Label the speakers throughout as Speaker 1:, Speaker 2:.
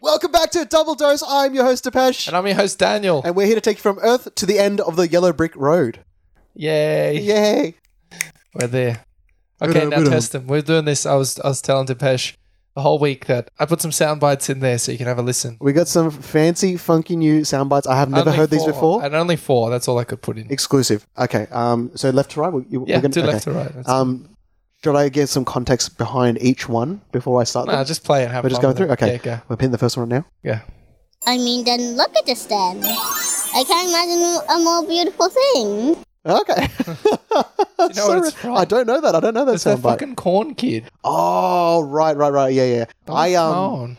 Speaker 1: Welcome back to Double Dose. I'm your host, Depeche.
Speaker 2: And I'm your host, Daniel.
Speaker 1: And we're here to take you from Earth to the end of the Yellow Brick Road.
Speaker 2: Yay.
Speaker 1: Yay.
Speaker 2: We're there. Okay,
Speaker 1: on,
Speaker 2: now
Speaker 1: good on.
Speaker 2: test them. We're doing this. I was I was telling Depeche the whole week that I put some sound bites in there so you can have a listen.
Speaker 1: We got some fancy, funky new sound bites. I have never
Speaker 2: Only
Speaker 1: heard these
Speaker 2: four,
Speaker 1: before.
Speaker 2: And only four. That's all I could put in.
Speaker 1: Exclusive. Okay. Um. So left to right. we- you- We're,
Speaker 2: yeah,
Speaker 1: gonna-
Speaker 2: do left
Speaker 1: okay.
Speaker 2: to right. That's
Speaker 1: Um. Should I get some context behind each one before I start?
Speaker 2: nah,
Speaker 1: them?
Speaker 2: just play it. Have
Speaker 1: We're just
Speaker 2: fun
Speaker 1: going through.
Speaker 2: with
Speaker 1: Okay.
Speaker 2: it. Yeah,
Speaker 1: We're pinning the first one now.
Speaker 2: go. Yeah.
Speaker 3: I mean, then look at this then. I can't imagine a more beautiful thing.
Speaker 1: Okay.
Speaker 2: you know what it's from?
Speaker 1: I don't know that. I don't know that
Speaker 2: It's that
Speaker 1: sound bite.
Speaker 2: fucking corn kid.
Speaker 1: Oh, right, right, right. Yeah, yeah. I um.
Speaker 2: Corn.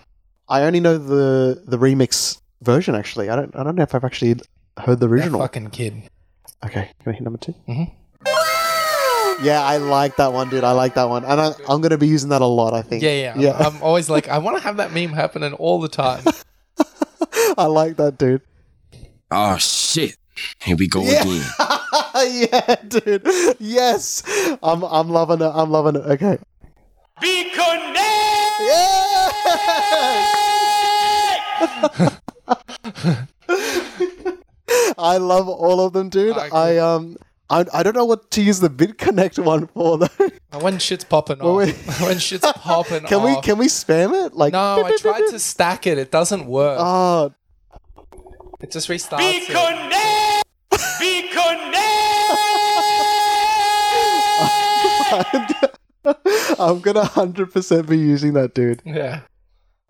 Speaker 1: I only know the the remix version. Actually, I don't. I don't know if I've actually heard the
Speaker 2: That
Speaker 1: original.
Speaker 2: fucking kid.
Speaker 1: Okay, can I hit number 2
Speaker 2: Mhm.
Speaker 1: Yeah, I like that one, dude. I like that one, and I, I'm going to be using that a lot. I think.
Speaker 2: Yeah, yeah. I'm-
Speaker 1: yeah.
Speaker 2: I'm, always like, I want to have that meme happening all the time.
Speaker 1: I like that, dude.
Speaker 4: Oh shit. Here we go
Speaker 1: Yeah.
Speaker 4: again.
Speaker 1: yeah, dude. Yes, I'm. I'm loving it. I'm loving it. Okay. Be connected. I love all of them, dude.
Speaker 2: I-
Speaker 1: I um. I, I don't know what to use the BitConnect one for though.
Speaker 2: when shit's popping
Speaker 1: Well,
Speaker 2: off.
Speaker 1: we-
Speaker 2: when shit's popping
Speaker 1: Can
Speaker 2: off.
Speaker 1: we can we spam it? Like
Speaker 2: no, I tried to stack it. It doesn't work.
Speaker 1: Oh,
Speaker 2: it just restarts. it.
Speaker 1: I'm gonna hundred percent be using that, dude.
Speaker 2: Yeah.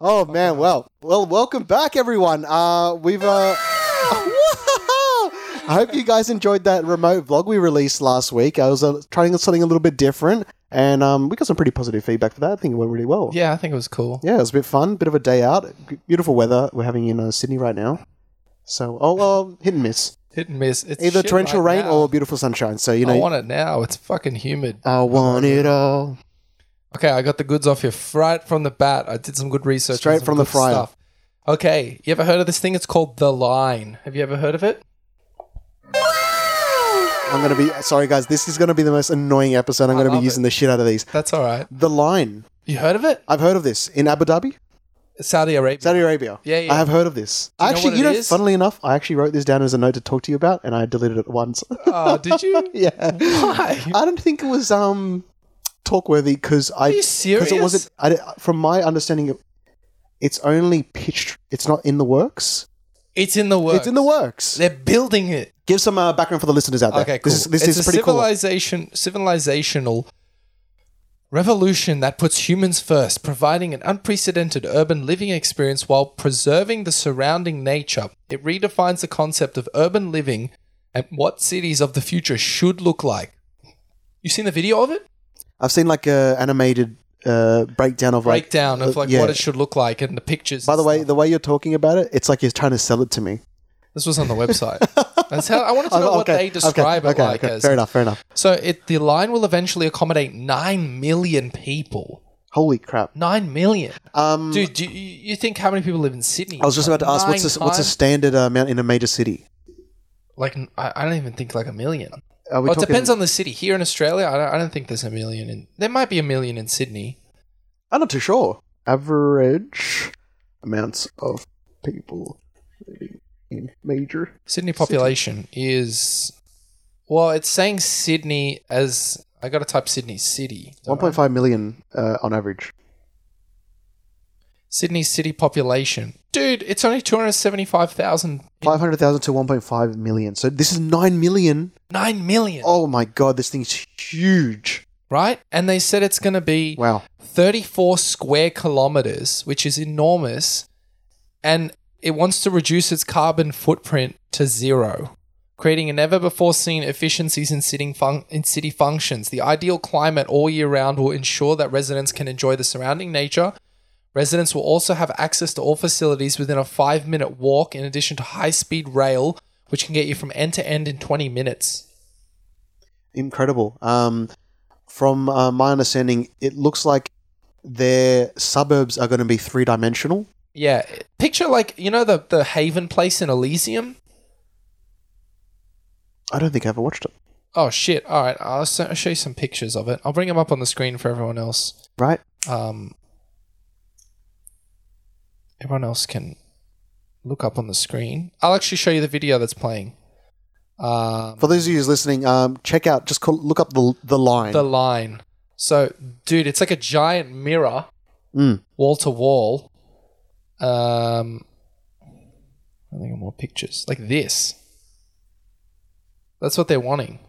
Speaker 1: Oh man, well, well, welcome back, everyone. Uh, we've uh, I hope you guys enjoyed that remote vlog we released last week. I was uh, trying something a little bit different, and um, we got some pretty positive feedback for that. I think it went really well.
Speaker 2: Yeah, I think it was cool.
Speaker 1: Yeah, it was a bit fun, bit of a day out. G- Beautiful weather we're having in uh, Sydney right now. So, oh well, hit and miss.
Speaker 2: Hit and miss. It's
Speaker 1: Either
Speaker 2: shit
Speaker 1: torrential
Speaker 2: right
Speaker 1: rain
Speaker 2: now.
Speaker 1: or beautiful sunshine. So you know,
Speaker 2: I want it now. It's fucking humid.
Speaker 1: I want it all.
Speaker 2: Okay, I got the goods off you right from the bat. I did some good research. on
Speaker 1: Straight
Speaker 2: some
Speaker 1: from the
Speaker 2: good
Speaker 1: fryer.
Speaker 2: Okay, you ever heard of this thing? It's called the line. Have you ever heard of it?
Speaker 1: I'm gonna be sorry, guys. This is gonna be the most annoying episode. I'm
Speaker 2: I
Speaker 1: gonna be
Speaker 2: love
Speaker 1: using the shit out of these.
Speaker 2: That's all right.
Speaker 1: The line.
Speaker 2: You heard of it?
Speaker 1: I've heard of this in Abu Dhabi,
Speaker 2: Saudi Arabia.
Speaker 1: Saudi Arabia.
Speaker 2: Yeah, yeah.
Speaker 1: I have heard of this.
Speaker 2: Do you know
Speaker 1: actually,
Speaker 2: what
Speaker 1: you
Speaker 2: it
Speaker 1: know,
Speaker 2: is?
Speaker 1: funnily enough, I actually wrote this down as a note to talk to you about, and I deleted it once.
Speaker 2: oh, did you?
Speaker 1: yeah.
Speaker 2: Why?
Speaker 1: I don't think it was um talk worthy because I
Speaker 2: you
Speaker 1: because it
Speaker 2: serious?
Speaker 1: wasn't. I, di- from my understanding, it- it's only pitched. It's not in the works.
Speaker 2: It's in the works.
Speaker 1: It's in the works.
Speaker 2: They're building it.
Speaker 1: Give some uh, background for the listeners out there.
Speaker 2: Okay, cool.
Speaker 1: This is, this
Speaker 2: it's
Speaker 1: is
Speaker 2: a
Speaker 1: pretty cool.
Speaker 2: civilization, civilizational revolution that puts humans first, providing an unprecedented urban living experience while preserving the surrounding nature. It redefines the concept of urban living and what cities of the future should look like. You seen the video of it?
Speaker 1: I've seen like a animated uh, breakdown of like
Speaker 2: Breakdown of
Speaker 1: uh,
Speaker 2: like
Speaker 1: yeah.
Speaker 2: what it should look like and the pictures.
Speaker 1: By
Speaker 2: and
Speaker 1: the way,
Speaker 2: stuff.
Speaker 1: the way you're talking about it, it's like you're trying to sell it to me.
Speaker 2: this was on the website. That's how I wanted to know
Speaker 1: Oh,
Speaker 2: what
Speaker 1: okay,
Speaker 2: they
Speaker 1: okay,
Speaker 2: describe
Speaker 1: okay,
Speaker 2: it like
Speaker 1: okay,
Speaker 2: as.
Speaker 1: fair enough, fair enough.
Speaker 2: So it the line will eventually accommodate nine million people.
Speaker 1: Holy crap!
Speaker 2: Nine million.
Speaker 1: Um,
Speaker 2: Dude, do you, you think how many people live in Sydney?
Speaker 1: I was just about to ask
Speaker 2: Nine
Speaker 1: what's a, what's a
Speaker 2: times-
Speaker 1: standard uh, amount in a major city?
Speaker 2: like? n- I, I don't even think like a million.
Speaker 1: Are we
Speaker 2: Well, Oh, it
Speaker 1: talking,
Speaker 2: depends on the city. Here in Australia, I don't, I don't think there's a million. In there might be a million in Sydney.
Speaker 1: I'm not too sure. Average amounts of people living in major.
Speaker 2: Sydney population is well, it's saying Sydney as I got to type Sydney city.
Speaker 1: One point five million uh, on average.
Speaker 2: Sydney city population, dude. It's only two hundred seventy-five thousand.
Speaker 1: Five hundred thousand to one point five million. So this is nine million.
Speaker 2: Nine million,
Speaker 1: Oh my god, this thing's huge!
Speaker 2: right? And they said it's going to be
Speaker 1: Wow.
Speaker 2: 34 square kilometers, which is enormous, and it wants to reduce its carbon footprint to zero, creating a never before seen efficiencies in city, fun- in city functions. The ideal climate all year round will ensure that residents can enjoy the surrounding nature. Residents will also have access to all facilities within a five minute walk, in addition to high speed rail, which can get you from end to end in 20 minutes.
Speaker 1: incredible. Um, from uh, my understanding, it looks like their suburbs are going to be three dimensional.
Speaker 2: Yeah, picture like, you know, the, the Haven place in Elysium?
Speaker 1: I don't think I ever watched it.
Speaker 2: Oh shit! All right, I'll s- I'll show you some pictures of it. I'll bring them up on the screen for everyone else.
Speaker 1: Right?
Speaker 2: Um, everyone else can look up on the screen. I'll actually show you the video that's playing. Um,
Speaker 1: For those of you who's listening, um, check out, just call, look up the, the line.
Speaker 2: the line. So, dude, it's like a giant mirror,
Speaker 1: Mm.
Speaker 2: wall to wall. Um, I think of more pictures like this. That's what they're wanting.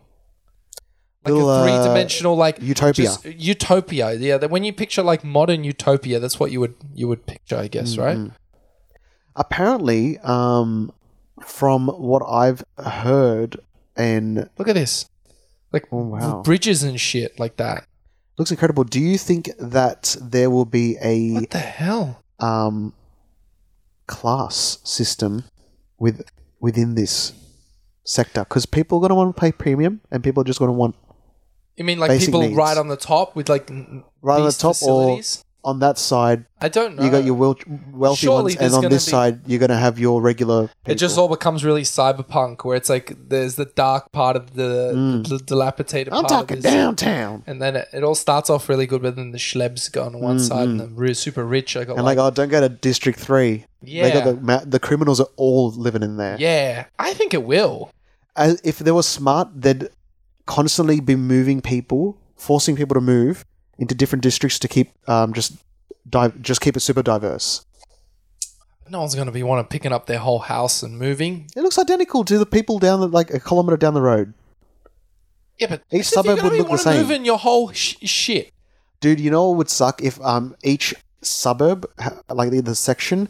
Speaker 2: Like
Speaker 1: Little,
Speaker 2: a
Speaker 1: uh,
Speaker 2: three-dimensional, like
Speaker 1: Utopia.
Speaker 2: just utopia. Yeah, that when you picture like modern utopia, that's what you would you would picture, I guess,
Speaker 1: Mm-hmm.
Speaker 2: right?
Speaker 1: mm, Apparently, um, from what I've heard, and
Speaker 2: Look at this, like
Speaker 1: Oh, wow.
Speaker 2: bridges and shit like that.
Speaker 1: looks incredible. Do you think that there will be a
Speaker 2: What the hell?
Speaker 1: um, class system with within this sector? Because people are going to want to pay premium, and people are just going to want
Speaker 2: You mean like
Speaker 1: Basic
Speaker 2: people
Speaker 1: needs.
Speaker 2: right on the top with like n-
Speaker 1: Right on the
Speaker 2: these
Speaker 1: top or-
Speaker 2: facilities?
Speaker 1: on that side.
Speaker 2: I don't know.
Speaker 1: You got your wel- wealthy
Speaker 2: Surely
Speaker 1: ones,
Speaker 2: there's
Speaker 1: and on
Speaker 2: gonna
Speaker 1: this
Speaker 2: be-
Speaker 1: side, you're going to have your regular.
Speaker 2: It just
Speaker 1: people.
Speaker 2: all becomes really cyberpunk, where it's like there's the dark part of the, the dilapidated
Speaker 1: Mm. I'm
Speaker 2: part
Speaker 1: talking
Speaker 2: of this,
Speaker 1: downtown,
Speaker 2: and then it, it all starts off really good, but then the schlebs go on one side, and the re- super rich are got
Speaker 1: Mm, and
Speaker 2: like,
Speaker 1: like, oh, don't go to District Three. They
Speaker 2: Yeah.
Speaker 1: got the, ma- the criminals are all living in there.
Speaker 2: yeah, I think it will.
Speaker 1: as if they were smart, they'd constantly be moving people, forcing people to move into different districts to keep um, just di- just keep it super diverse.
Speaker 2: No one's gonna be want to picking up their whole house and moving.
Speaker 1: It looks identical to the people down the, like a kilometer down the road,
Speaker 2: Yeah, but
Speaker 1: Each
Speaker 2: if
Speaker 1: suburb
Speaker 2: you're gonna
Speaker 1: would
Speaker 2: be
Speaker 1: look the
Speaker 2: wanna
Speaker 1: same.
Speaker 2: Move in your whole sh- shit.
Speaker 1: dude. You know what would suck if um each suburb, ha- like the, the section,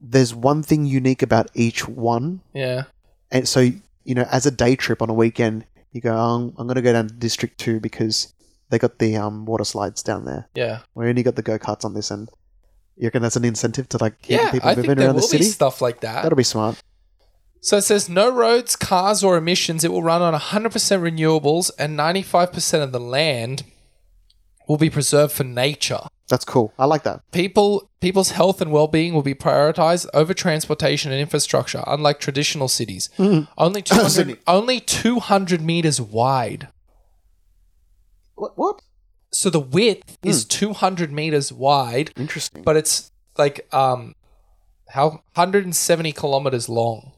Speaker 1: there's one thing unique about each one,
Speaker 2: Yeah,
Speaker 1: and so you know as a day trip on a weekend, you go, oh, I'm gonna go down to District Two because they got the um water slides down there.
Speaker 2: yeah,
Speaker 1: We only got the go karts on this end. You reckon that's an incentive to like keep
Speaker 2: yeah.
Speaker 1: people
Speaker 2: I think
Speaker 1: moving
Speaker 2: there
Speaker 1: around the
Speaker 2: will be
Speaker 1: city?
Speaker 2: stuff like that.
Speaker 1: That'll be smart.
Speaker 2: So it says no roads, cars, or emissions. It will run on 100% renewables, and 95% of the land will be preserved for nature.
Speaker 1: That's cool. I like that.
Speaker 2: People, people's health and well-being will be prioritized over transportation and infrastructure, unlike traditional cities.
Speaker 1: Mm-hmm.
Speaker 2: Only 200, only 200 meters wide.
Speaker 1: What? What? Hmm.
Speaker 2: So the width is 200 meters wide,
Speaker 1: Interesting.
Speaker 2: but it's like um, how 170 kilometers long.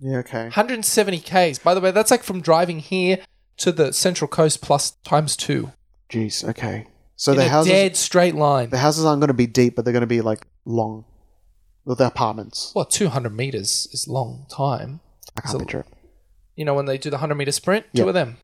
Speaker 1: yeah. Okay.
Speaker 2: 170 k's. By the way, that's like from driving here to the Central Coast plus times two.
Speaker 1: Jeez. Okay. So
Speaker 2: in
Speaker 1: the
Speaker 2: a
Speaker 1: houses,
Speaker 2: dead straight line.
Speaker 1: the houses aren't going to be deep, but they're going to be like long. Well, the apartments.
Speaker 2: Well, 200 meters is long time.
Speaker 1: I can't
Speaker 2: So-
Speaker 1: picture it.
Speaker 2: You know when they do the 100 meter sprint, two
Speaker 1: Yeah.
Speaker 2: of them.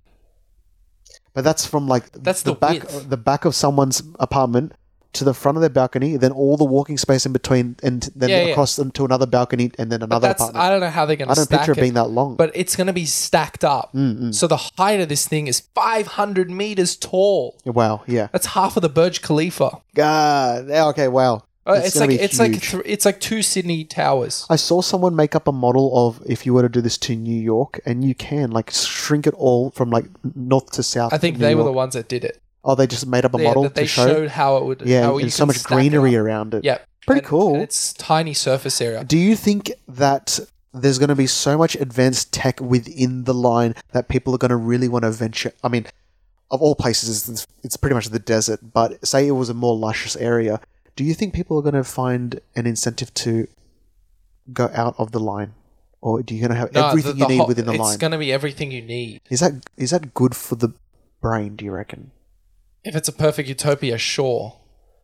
Speaker 1: But that's from like
Speaker 2: That's the
Speaker 1: back,
Speaker 2: width.
Speaker 1: the back of someone's apartment to the front of their balcony, then all the walking space in between, and then
Speaker 2: Yeah, yeah.
Speaker 1: across them to another balcony, and then
Speaker 2: But
Speaker 1: another
Speaker 2: that's
Speaker 1: apartment.
Speaker 2: I don't know how they're
Speaker 1: I,
Speaker 2: going to
Speaker 1: don't
Speaker 2: stack
Speaker 1: picture
Speaker 2: it.
Speaker 1: it being that long. Mm,
Speaker 2: but it's going to be stacked up. So the height of this thing is 500 meters tall.
Speaker 1: wow. Yeah.
Speaker 2: That's half of the Burj Khalifa.
Speaker 1: God. yeah, Okay. Wow.
Speaker 2: Uh, it's,
Speaker 1: gonna
Speaker 2: like
Speaker 1: be
Speaker 2: it's like
Speaker 1: huge.
Speaker 2: th- it's like two Sydney towers.
Speaker 1: I saw someone make up a model of if you were to do this to New York, and you can like shrink it all from like north to south.
Speaker 2: I think
Speaker 1: of New
Speaker 2: they were the
Speaker 1: York.
Speaker 2: ones that did it.
Speaker 1: Oh, they just made up a
Speaker 2: Yeah,
Speaker 1: model
Speaker 2: that they
Speaker 1: to show.
Speaker 2: showed how it would.
Speaker 1: yeah,
Speaker 2: how you
Speaker 1: and so
Speaker 2: can
Speaker 1: much
Speaker 2: stack it up.
Speaker 1: greenery around it.
Speaker 2: Yeah,
Speaker 1: Pretty
Speaker 2: And-
Speaker 1: cool.
Speaker 2: and it's tiny surface area.
Speaker 1: Do you think that there's going to be so much advanced tech within the line that people are going to really want to venture? I mean, of all places, it's, it's pretty much the desert. But say it was a more luscious area. Do you think people are going to find an incentive to go out of the line, or do you going to have
Speaker 2: No,
Speaker 1: everything
Speaker 2: the-
Speaker 1: you
Speaker 2: the
Speaker 1: need
Speaker 2: whole-
Speaker 1: within the
Speaker 2: it's
Speaker 1: line?
Speaker 2: going to be everything you need.
Speaker 1: Is that is that good for the brain? Do you reckon?
Speaker 2: If it's a perfect utopia, sure,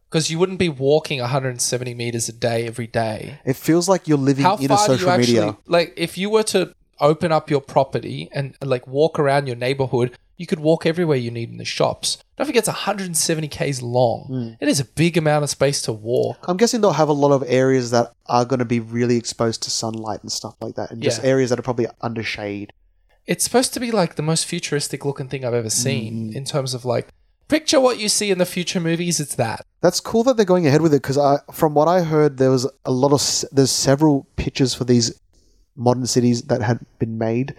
Speaker 2: because you wouldn't be walking 170 meters a day every day.
Speaker 1: It feels like you're living
Speaker 2: How
Speaker 1: in a
Speaker 2: far do you
Speaker 1: social
Speaker 2: actually
Speaker 1: media.
Speaker 2: like? If you were to open up your property and like walk around your neighborhood, you could walk everywhere you need in the shops. Don't forget, it's 170 k's long.
Speaker 1: Hmm.
Speaker 2: It is a big amount of space to walk.
Speaker 1: I'm guessing they'll have a lot of areas that are going to be really exposed to sunlight and stuff like that, and just
Speaker 2: Yeah.
Speaker 1: areas that are probably under shade.
Speaker 2: It's supposed to be like the most futuristic looking thing I've ever
Speaker 1: Hmm.
Speaker 2: seen in terms of like picture what you see in the future movies. It's that.
Speaker 1: That's cool that they're going ahead with it because I, from what I heard, there was a lot of s- there's several pictures for these modern cities that had been made,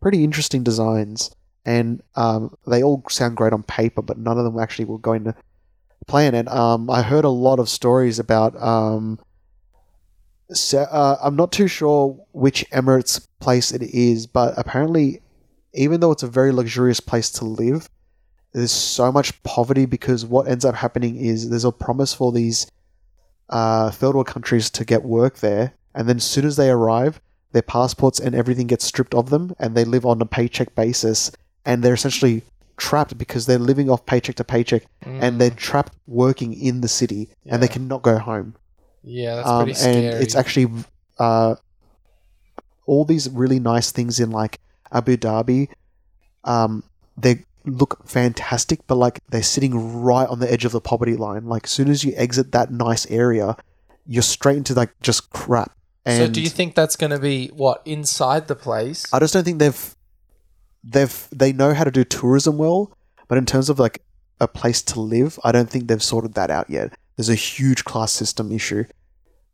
Speaker 1: pretty interesting designs, and um, they all sound great on paper, but none of them actually were going to plan. And um, I heard a lot of stories about. Um, se- uh, I'm not too sure which Emirates place it is, but apparently, even though it's a very luxurious place to live, there's so much poverty because what ends up happening is there's a promise for these uh, third world countries to get work there, and then as soon as they arrive, their passports and everything gets stripped of them, and they live on a paycheck basis, and they're essentially trapped because they're living off paycheck to paycheck, and they're trapped working in the city, and they
Speaker 2: Mm. Yeah.
Speaker 1: cannot go home.
Speaker 2: Yeah, that's
Speaker 1: Um,
Speaker 2: pretty scary.
Speaker 1: and it's actually uh, all these really nice things in like Abu Dhabi. Um, they look fantastic, but like they're sitting right on the edge of the poverty line. Like, soon as you exit that nice area, you're straight into like just crap. And
Speaker 2: so, do you think that's going to be what inside the place?
Speaker 1: I just don't think they've they've they know how to do tourism well, but in terms of like a place to live, I don't think they've sorted that out yet. There's a huge class system issue.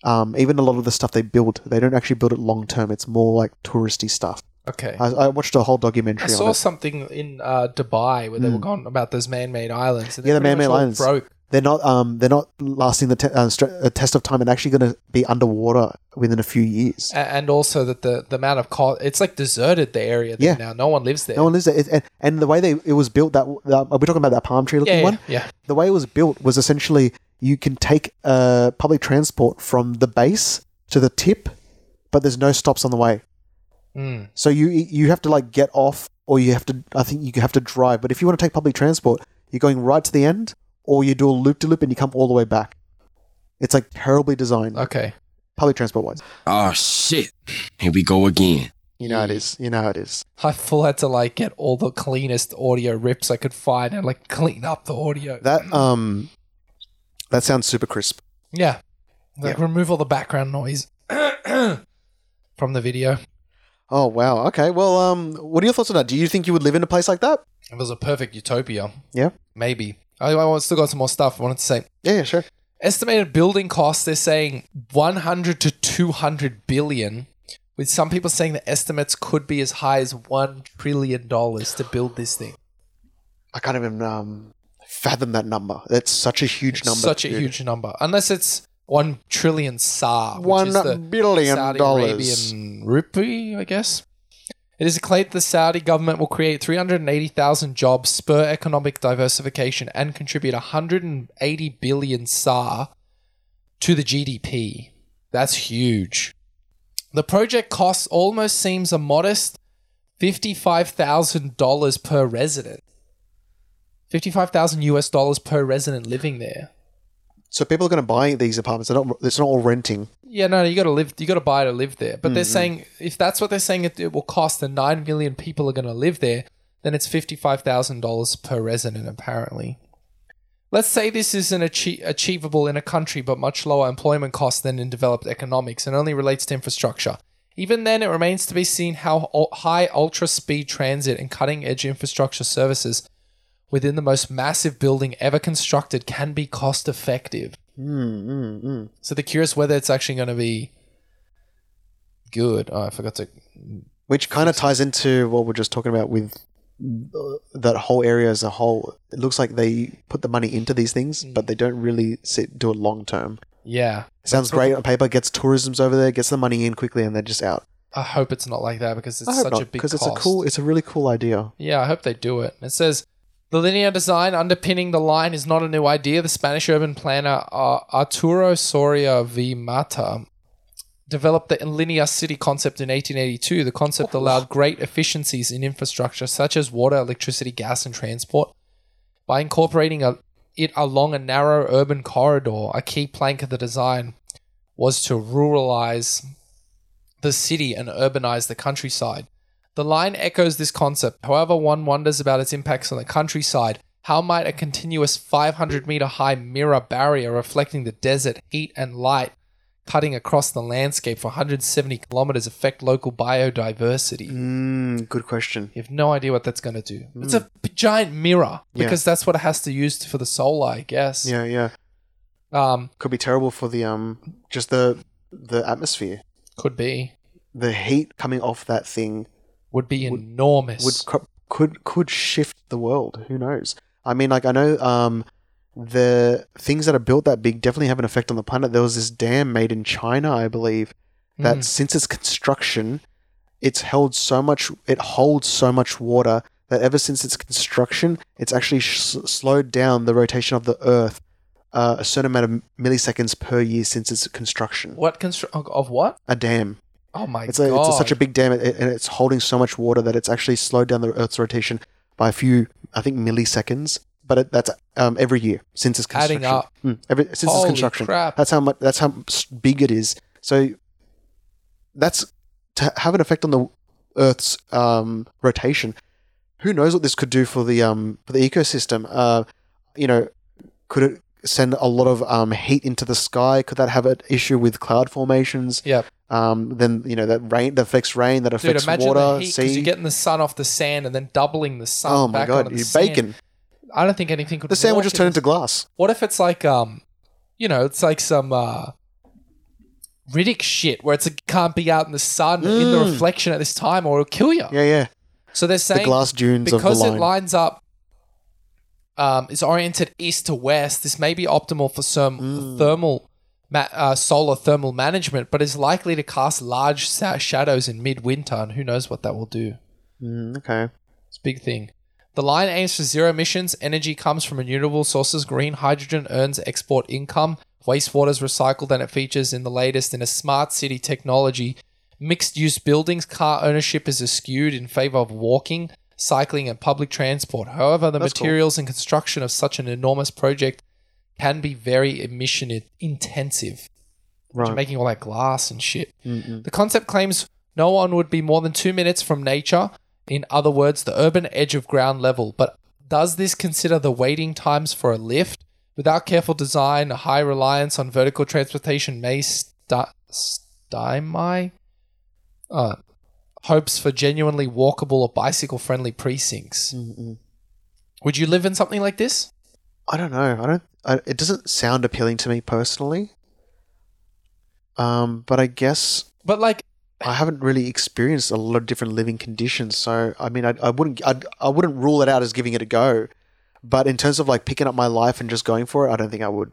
Speaker 1: Um, even a lot of the stuff they build, they don't actually build it long term. It's more like touristy stuff.
Speaker 2: okay.
Speaker 1: I, I watched a whole
Speaker 2: I
Speaker 1: documentary on
Speaker 2: saw
Speaker 1: it.
Speaker 2: something in uh, Dubai where they were going about those man-made islands. And
Speaker 1: Mm. Yeah,
Speaker 2: they're
Speaker 1: the
Speaker 2: pretty much
Speaker 1: man-made
Speaker 2: all
Speaker 1: islands.
Speaker 2: broke.
Speaker 1: They're not um, they're not lasting the te- uh, stre- uh, test of time and actually going to be underwater within a few years.
Speaker 2: A- and also that the the amount of cost, it's like deserted the area there
Speaker 1: Yeah.
Speaker 2: now. No one lives there.
Speaker 1: No one lives there, It- and, and the way they it was built. That uh, are we talking about that palm tree looking
Speaker 2: yeah,
Speaker 1: one?
Speaker 2: yeah, yeah.
Speaker 1: the way it was built was essentially you can take uh, public transport from the base to the tip, but there's no stops on the way.
Speaker 2: Mm.
Speaker 1: So you you have to like get off, or you have to. I think you have to drive. But if you want to take public transport, you're going right to the end, or you do a loop to loop and you come all the way back. It's like terribly designed,
Speaker 2: Okay.
Speaker 1: public transport wise.
Speaker 4: Oh shit. Here we go again.
Speaker 1: You know how it is. You know how it is.
Speaker 2: I full had to like get all the cleanest audio rips I could find and like clean up the audio.
Speaker 1: That um, that sounds super crisp.
Speaker 2: yeah. Like remove all the background noise from the video.
Speaker 1: Oh wow. Okay. Well, um, what are your thoughts on that? Do you think you would live in a place like that?
Speaker 2: It was a perfect utopia.
Speaker 1: Yeah.
Speaker 2: Maybe. I, I still got some more stuff I wanted to say.
Speaker 1: Yeah. Yeah. Sure.
Speaker 2: Estimated building costs, they're saying 100 to 200 billion, with some people saying the estimates could be as high as $1 trillion to build this thing.
Speaker 1: I can't even um, fathom that number. That's such a huge number.
Speaker 2: Such a
Speaker 1: dude.
Speaker 2: huge number. Unless it's 1 trillion SAR, which
Speaker 1: One
Speaker 2: is the
Speaker 1: billion
Speaker 2: Saudi
Speaker 1: dollars.
Speaker 2: Arabian rupee, I guess. It is claimed the Saudi government will create 380,000 jobs, spur economic diversification, and contribute 180 billion SAR to the GDP. That's huge. The project cost almost seems a modest $55,000 per resident. 55,000 US dollars per resident living there.
Speaker 1: So people are going to buy these apartments. They're not. It's not all renting.
Speaker 2: Yeah, no, you got to live. You got to buy to live there. But they're saying if that's what they're saying, it, it will cost, and nine million people are going to live there. Then it's fifty-five thousand dollars per resident, apparently. Let's say this isn't achie- achievable in a country, but much lower employment costs than in developed economics, and only relates to infrastructure. Even then, it remains to be seen how ul- high ultra-speed transit and cutting-edge infrastructure services within the most massive building ever constructed can be cost-effective.
Speaker 1: Mm, mm, mm.
Speaker 2: So they're curious whether it's actually going to be good. Oh, I forgot to.
Speaker 1: Which kind of ties into what we're just talking about with uh, that whole area as a whole. It looks like they put the money into these things,
Speaker 2: Hmm.
Speaker 1: but they don't really sit, do it long term.
Speaker 2: Yeah,
Speaker 1: Sounds great on paper. Gets tourism's over there. Gets the money in quickly, and they're just out.
Speaker 2: I hope it's not like that because
Speaker 1: I
Speaker 2: it's
Speaker 1: hope
Speaker 2: such a
Speaker 1: not
Speaker 2: big.
Speaker 1: because
Speaker 2: Cost.
Speaker 1: it's a cool. It's a really cool idea.
Speaker 2: Yeah, I hope they do it. It says the linear design underpinning the line is not a new idea. The Spanish urban planner uh, Arturo Soria V. Mata developed the linear city concept in 1882. The concept
Speaker 1: Oh.
Speaker 2: allowed great efficiencies in infrastructure such as water, electricity, gas, and transport by incorporating a, it along a narrow urban corridor. A key plank of the design was to ruralize the city and urbanize the countryside. The line echoes this concept. However, one wonders about its impacts on the countryside. How might a continuous 500 meter high mirror barrier reflecting the desert heat and light cutting across the landscape for 170 kilometers affect local biodiversity?
Speaker 1: Mm, good question.
Speaker 2: You have no idea what that's going to do. It's a p- giant mirror
Speaker 1: Mm. Yeah.
Speaker 2: because that's what it has to use for the solar, I guess.
Speaker 1: Yeah, yeah.
Speaker 2: Um,
Speaker 1: Could be terrible for the um, just the the atmosphere.
Speaker 2: could be.
Speaker 1: the heat coming off that thing
Speaker 2: Would be enormous.
Speaker 1: would co- could could shift the world. Who knows? I mean, like I know um, the things that are built that big definitely have an effect on the planet. There was this dam made in China, I believe, that
Speaker 2: Mm.
Speaker 1: since its construction, it's held so much. It holds so much water that ever since its construction, it's actually sh- slowed down the rotation of the Earth uh, a certain amount of milliseconds per year since its construction.
Speaker 2: What constru- of what?
Speaker 1: A dam.
Speaker 2: Oh my
Speaker 1: It's,
Speaker 2: god!
Speaker 1: a, it's such a big dam, it- and it's holding so much water that it's actually slowed down the Earth's rotation by a few, I think, milliseconds. But it, that's um, every year since its construction.
Speaker 2: Adding up.
Speaker 1: Mm, every, since its
Speaker 2: Holy
Speaker 1: construction.
Speaker 2: crap.
Speaker 1: That's how much. That's how s- big it is. So that's to have an effect on the Earth's um, rotation. Who knows what this could do for the um, for the ecosystem? Uh, you know, could it send a lot of um, heat into the sky? Could that have an issue with cloud formations?
Speaker 2: Yep.
Speaker 1: Um, then you know that rain that affects rain that
Speaker 2: Dude,
Speaker 1: affects
Speaker 2: imagine
Speaker 1: water,
Speaker 2: the heat because
Speaker 1: sea.
Speaker 2: you're getting the sun off the sand and then doubling the sun.
Speaker 1: oh my
Speaker 2: back
Speaker 1: god,
Speaker 2: onto
Speaker 1: you
Speaker 2: the sand.
Speaker 1: bacon.
Speaker 2: I don't think anything could.
Speaker 1: The sand will
Speaker 2: walk
Speaker 1: just
Speaker 2: in
Speaker 1: turn
Speaker 2: this-
Speaker 1: into glass.
Speaker 2: What if it's like um, you know, it's like some uh, Riddick shit where it's a, can't be out in the sun in the
Speaker 1: Mm.
Speaker 2: reflection at this time or it'll kill you.
Speaker 1: Yeah, yeah.
Speaker 2: So they're
Speaker 1: The
Speaker 2: saying
Speaker 1: glass dunes of the
Speaker 2: because
Speaker 1: line.
Speaker 2: it lines up. Um, it's oriented east to west. This may be optimal for some
Speaker 1: Hmm.
Speaker 2: thermal, ma- uh, solar thermal management, but is likely to cast large sa- shadows in midwinter, and who knows what that will do.
Speaker 1: Mm, okay.
Speaker 2: It's a big thing. The line aims for zero emissions. Energy comes from renewable sources. Green hydrogen earns export income. Wastewater is recycled and it features in the latest in a smart city technology. Mixed use buildings, car ownership is eschewed in favor of walking, cycling, and public transport. However, the
Speaker 1: That's cool.
Speaker 2: materials and construction of such an enormous project can be very emission i- intensive.
Speaker 1: Right.
Speaker 2: You're making all that glass and shit.
Speaker 1: Mm-mm.
Speaker 2: The concept claims no one would be more than two minutes from nature, in other words, the urban edge of ground level. But does this consider the waiting times for a lift? Without careful design, a high reliance on vertical transportation may st- stymie uh, hopes for genuinely walkable or bicycle friendly precincts.
Speaker 1: Mm-mm.
Speaker 2: Would you live in something like this?
Speaker 1: I don't know. I don't. I, it doesn't sound appealing to me personally. Um, but I guess
Speaker 2: But like,
Speaker 1: I haven't really experienced a lot of different living conditions. So I mean, I, I wouldn't. I'd, I wouldn't rule it out as giving it a go. But in terms of like picking up my life and just going for it, I don't think I would.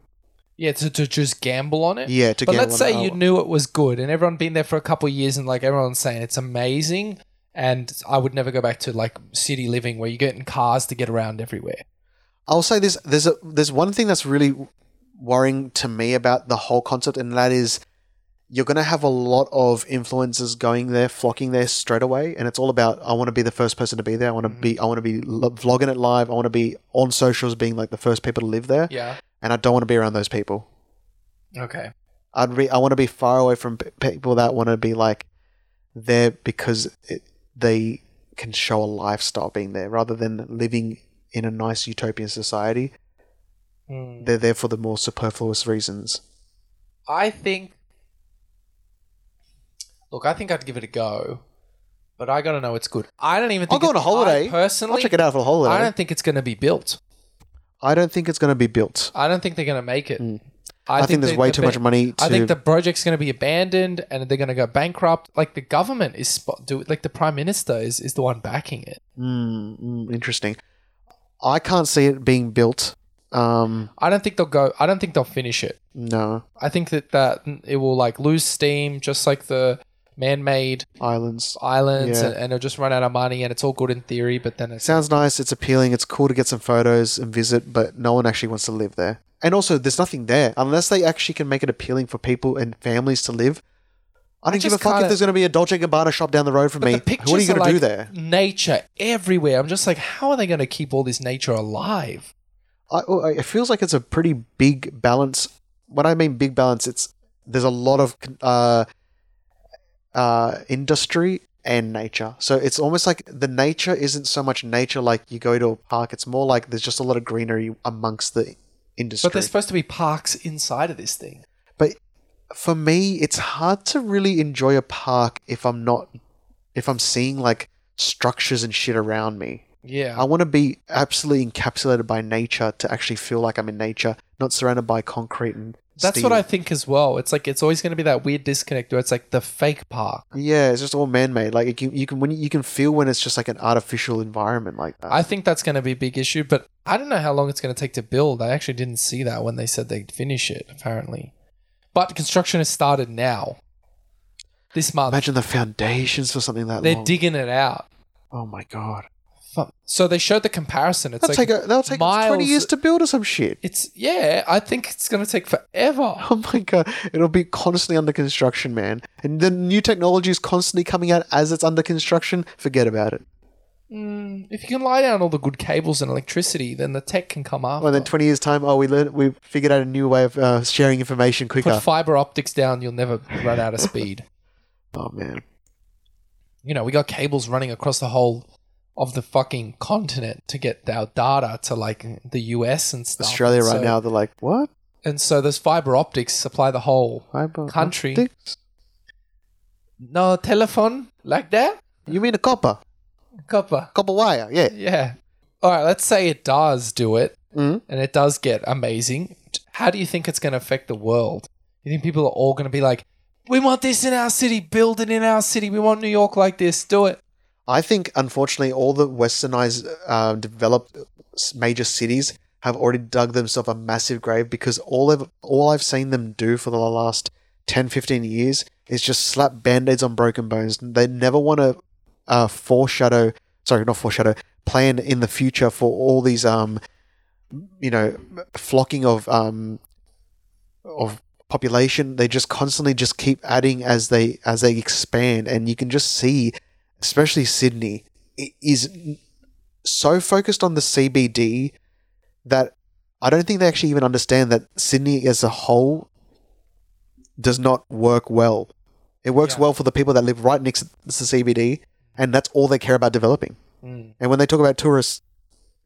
Speaker 2: yeah, to, to just gamble on it?
Speaker 1: Yeah, to
Speaker 2: but
Speaker 1: gamble
Speaker 2: let's
Speaker 1: on
Speaker 2: say
Speaker 1: it, I
Speaker 2: you
Speaker 1: would.
Speaker 2: knew it was good and everyone been there for a couple of years and like everyone's saying it's amazing and i would never go back to like city living where you get in cars to get around everywhere
Speaker 1: I'll say this: there's a there's one thing that's really worrying to me about the whole concept, and that is you're going to have a lot of influencers going there, flocking there straight away, and it's all about I want to be the first person to be there. I want to be I want to be lo- vlogging it live. I want to be on socials, being like the first people to live there,
Speaker 2: yeah
Speaker 1: and I don't want to be around those people.
Speaker 2: okay
Speaker 1: I'd re- I want to be far away from p- people that want to be like there because it, they can show a lifestyle being there rather than living in a nice utopian society
Speaker 2: Hmm.
Speaker 1: they're there for the more superfluous reasons.
Speaker 2: i think look i think i'd give it a go but i gotta know it's good i don't even
Speaker 1: I'll
Speaker 2: think
Speaker 1: go on a
Speaker 2: it's-
Speaker 1: holiday.
Speaker 2: I personally
Speaker 1: I'll check it out for the holiday.
Speaker 2: i don't think it's gonna be built
Speaker 1: think it's going to be built.
Speaker 2: i don't think they're gonna make it
Speaker 1: Mm. I, think, there's
Speaker 2: they-
Speaker 1: way
Speaker 2: they're
Speaker 1: too
Speaker 2: ba-
Speaker 1: much money to.
Speaker 2: I think the project's going to be abandoned and they're going to go bankrupt. Like the government is spot do like the prime minister is, is the one backing it.
Speaker 1: Mm, mm, interesting. I can't see it being built. Um,
Speaker 2: I don't think they'll go. I don't think they'll finish it.
Speaker 1: no
Speaker 2: I think that that it will like lose steam, just like the man-made
Speaker 1: islands.
Speaker 2: islands,
Speaker 1: Yeah.
Speaker 2: and, and it'll just run out of money. And it's all good in theory, but then it's
Speaker 1: Sounds nice. It's appealing. It's cool to get some photos and visit, but no one actually wants to live there. And also, there's nothing there unless they actually can make it appealing for people and families to live. I don't give a
Speaker 2: just
Speaker 1: fuck
Speaker 2: kinda-
Speaker 1: if there's going to be a Dolce & Gabbana shop down the road from
Speaker 2: but
Speaker 1: me.
Speaker 2: the pictures
Speaker 1: what are you
Speaker 2: are
Speaker 1: going to
Speaker 2: like
Speaker 1: do there?
Speaker 2: nature everywhere. I'm just like, how are they going to keep all this nature alive?
Speaker 1: I, oh, I- it feels like it's a pretty big balance. When I mean big balance, it's there's a lot of uh, uh, industry and nature. So it's almost like the nature isn't so much nature like you go to a park. It's more like there's just a lot of greenery amongst the industry.
Speaker 2: But there's supposed to be parks inside of this thing.
Speaker 1: But for me, it's hard to really enjoy a park if I'm not if I'm seeing like structures and shit around me.
Speaker 2: Yeah,
Speaker 1: I want to be absolutely encapsulated by nature to actually feel like I'm in nature, not surrounded by concrete and
Speaker 2: That's
Speaker 1: steel.
Speaker 2: what I think as well. It's like it's always going to be that weird disconnect where it's like the fake park.
Speaker 1: Yeah, it's just all man-made. Like you can, you can when you, you can feel when it's just like an artificial environment like that.
Speaker 2: I think that's going to be a big issue, but I don't know how long it's going to take to build. I actually didn't see that when they said they'd finish it, apparently. But construction has started now. This month.
Speaker 1: Imagine the foundations for something that
Speaker 2: They're
Speaker 1: long.
Speaker 2: digging it out.
Speaker 1: oh my god!
Speaker 2: Fu- So they showed the comparison. It's
Speaker 1: That'll
Speaker 2: like
Speaker 1: take a, that'll take twenty
Speaker 2: miles-
Speaker 1: years to build or some shit.
Speaker 2: It's yeah. I think it's gonna take forever.
Speaker 1: Oh my god, it'll be constantly under construction, man. And then new technology is constantly coming out as it's under construction. Forget about it.
Speaker 2: Mm, if you can lie down all the good cables and electricity, then the tech can come after.
Speaker 1: Well, then twenty years time, oh, we learned, we figured out a new way of uh, sharing information
Speaker 2: Put
Speaker 1: quicker.
Speaker 2: fiber optics down, you'll never run out of speed.
Speaker 1: oh man,
Speaker 2: you know, we got cables running across the whole of the fucking continent to get our data to like the US and stuff.
Speaker 1: Australia
Speaker 2: And
Speaker 1: right
Speaker 2: so-
Speaker 1: now they're like, what?
Speaker 2: And so those fiber optics supply the whole.
Speaker 1: Fiber
Speaker 2: Country.
Speaker 1: optics?
Speaker 2: No telephone like that?
Speaker 1: You mean a copper?
Speaker 2: Copper.
Speaker 1: Copper wire? Yeah.
Speaker 2: Yeah. All right, let's say it does do it
Speaker 1: Mm.
Speaker 2: and it does get amazing. How do you think it's going to affect the world? You think people are all going to be like, we want this in our city, build it in our city, we want New York like this, do it.
Speaker 1: I think, unfortunately, all the westernized, uh, developed s- major cities have already dug themselves a massive grave because all I've, all I've seen them do for the last 10, 15 years is just slap band aids on broken bones. They never want to uh, foreshadow, sorry, not foreshadow, plan in the future for all these, um, you know, flocking of, um, of population. They just constantly just keep adding as they as they expand, and you can just see especially Sydney, i- is n- so focused on the CBD that I don't think they actually even understand that Sydney as a whole does not work well. It works
Speaker 2: Yeah.
Speaker 1: well for the people that live right next to the CBD, and that's all they care about developing.
Speaker 2: Mm.
Speaker 1: And when they talk about tourists,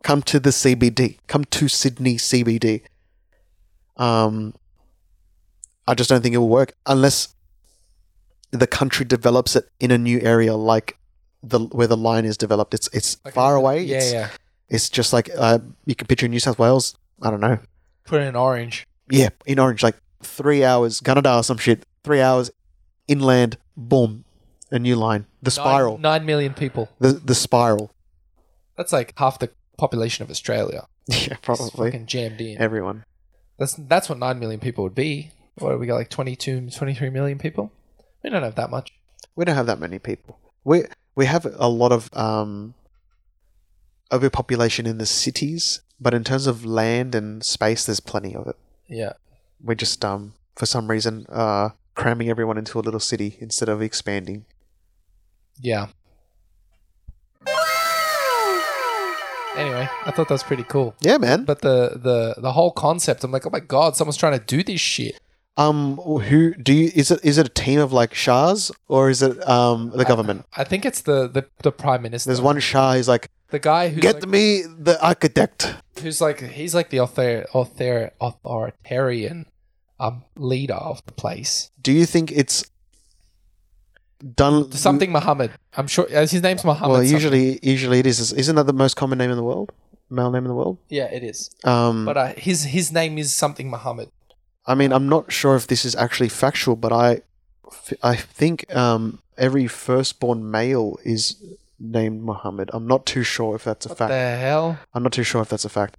Speaker 1: come to the CBD, come to Sydney CBD. Um, I just don't think it will work unless the country develops it in a new area, like the where the line is developed. It's it's
Speaker 2: Like-
Speaker 1: far away.
Speaker 2: Yeah,
Speaker 1: it's,
Speaker 2: yeah.
Speaker 1: it's just like uh, you can picture New South Wales. I don't know.
Speaker 2: Put it in orange.
Speaker 1: Yeah, in Orange, like three hours, Gunnedah or some shit. Three hours inland. Boom, a new line. The
Speaker 2: Nine-
Speaker 1: spiral.
Speaker 2: Nine million people.
Speaker 1: The the spiral.
Speaker 2: That's like half the population of Australia.
Speaker 1: Yeah,
Speaker 2: Just
Speaker 1: probably
Speaker 2: fucking jammed in.
Speaker 1: everyone.
Speaker 2: That's that's what nine million people would be. What have we got? Like 22, 23 million people. We don't have that much.
Speaker 1: We don't have that many people. We we have a lot of um, overpopulation in the cities, but in terms of land and space, there's plenty of it.
Speaker 2: Yeah.
Speaker 1: We're just um, for some reason uh, cramming everyone into a little city instead of expanding.
Speaker 2: Yeah. Anyway, I thought that was pretty cool.
Speaker 1: Yeah, man.
Speaker 2: But the the the whole concept, I'm like, oh my god, someone's trying to do this shit.
Speaker 1: Um, who do you? Is it is it a team of like shahs or is it um the government?
Speaker 2: I think it's the the, the prime minister.
Speaker 1: There's one shah who's like,
Speaker 2: the guy who's
Speaker 1: get
Speaker 2: like,
Speaker 1: me the architect.
Speaker 2: who's like he's like the author, author authoritarian um leader of the place.
Speaker 1: Do you think it's done
Speaker 2: Something Muhammad. I'm sure as his name's Muhammad.
Speaker 1: Well,
Speaker 2: something.
Speaker 1: usually, usually it is. Isn't that the most common name in the world? Male name in the world.
Speaker 2: yeah, it is.
Speaker 1: Um,
Speaker 2: But uh, his his name is something Muhammad.
Speaker 1: I mean, I'm not sure if this is actually factual, but I, I think um, every firstborn male is named Muhammad. I'm not too sure if that's a
Speaker 2: What
Speaker 1: fact.
Speaker 2: the hell?
Speaker 1: I'm not too sure if that's a fact.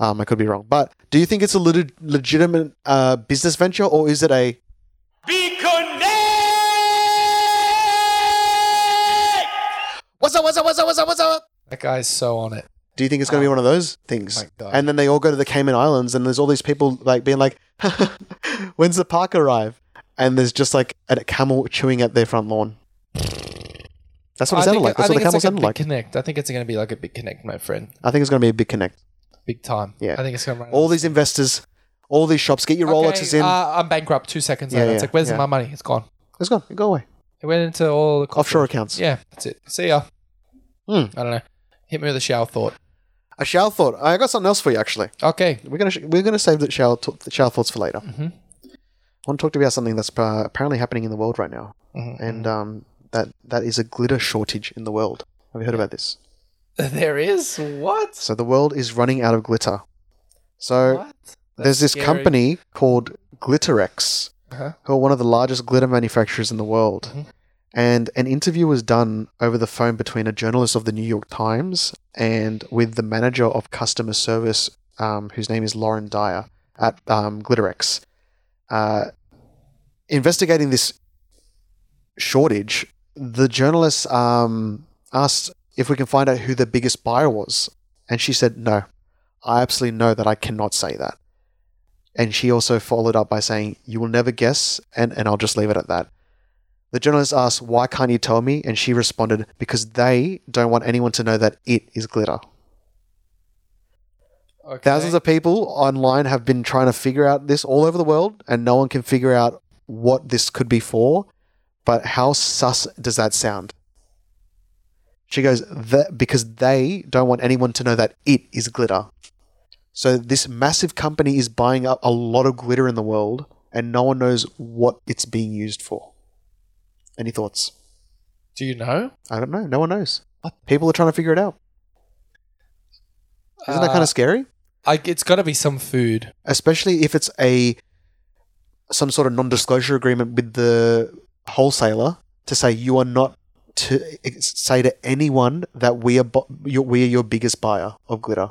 Speaker 1: Um, I could be wrong. But do you think it's a lit- legitimate uh, business venture, or is it a
Speaker 5: Be connected!
Speaker 1: what's up? What's up? What's up? What's up? What's up?
Speaker 2: That guy's so on it.
Speaker 1: Do you think it's going to be one of those things?
Speaker 2: Ah. my God.
Speaker 1: And then they all go to the Cayman Islands, and there's all these people like being like, "When's the park arrive?" And there's just like a camel chewing at their front lawn. That's what it
Speaker 2: I
Speaker 1: sounded
Speaker 2: think-
Speaker 1: like.
Speaker 2: I
Speaker 1: That's what
Speaker 2: think it's
Speaker 1: the camel
Speaker 2: like a
Speaker 1: sounded
Speaker 2: big
Speaker 1: like.
Speaker 2: Connect. I think it's going to be like a big connect, my friend.
Speaker 1: I think it's going to be a big connect.
Speaker 2: Big time.
Speaker 1: Yeah.
Speaker 2: I think it's going to run.
Speaker 1: All these investors, all these shops, get your Rolexes
Speaker 2: okay,
Speaker 1: in.
Speaker 2: Uh, I'm bankrupt. Two seconds
Speaker 1: Yeah,
Speaker 2: later, it's
Speaker 1: yeah,
Speaker 2: like, where's
Speaker 1: yeah.
Speaker 2: my money? It's gone.
Speaker 1: it's gone. Go away.
Speaker 2: It went into all the corporate-
Speaker 1: Offshore accounts.
Speaker 2: Yeah, that's it. See ya.
Speaker 1: Hmm.
Speaker 2: I don't know. Hit me with a shower thought.
Speaker 1: A shower thought. I got something else for you actually.
Speaker 2: Okay.
Speaker 1: We're gonna sh- we're gonna save the shower t- the shower thoughts for later.
Speaker 2: Mhm.
Speaker 1: I want to talk to you about something that's uh, apparently happening in the world right now,
Speaker 2: Mhm.
Speaker 1: and um, that that is a glitter shortage in the world. Have you heard about this?
Speaker 2: there is what?
Speaker 1: So the world is running out of glitter. So
Speaker 2: What? That's
Speaker 1: there's this
Speaker 2: scary.
Speaker 1: company called Glitterex,
Speaker 2: Uh-huh.
Speaker 1: who are one of the largest glitter manufacturers in the world.
Speaker 2: Mhm.
Speaker 1: And an interview was done over the phone between a journalist of the New York Times and with the manager of customer service, um, whose name is Lauren Dyer at um, Glitterex. Uh, investigating this shortage, the journalists um, asked if we can find out who the biggest buyer was. And she said, No, I absolutely know that I cannot say that. And she also followed up by saying, You will never guess, and, and I'll just leave it at that. The journalist asked, Why can't you tell me? And she responded, Because they don't want anyone to know that it is glitter.
Speaker 2: Okay.
Speaker 1: Thousands of people online have been trying to figure out this all over the world, and no one can figure out what this could be for. But how sus does that sound? She goes, that, because they don't want anyone to know that it is glitter. So this massive company is buying up a lot of glitter in the world, and no one knows what it's being used for. Any thoughts?
Speaker 2: Do you know?
Speaker 1: I don't know. No one knows. People are trying to figure it out. Isn't that
Speaker 2: Uh,
Speaker 1: kind of scary?
Speaker 2: I, it's got to be some food.
Speaker 1: especially if it's a some sort of non-disclosure agreement with the wholesaler to say you are not to ex- say to anyone that we are bu- you we are your biggest buyer of glitter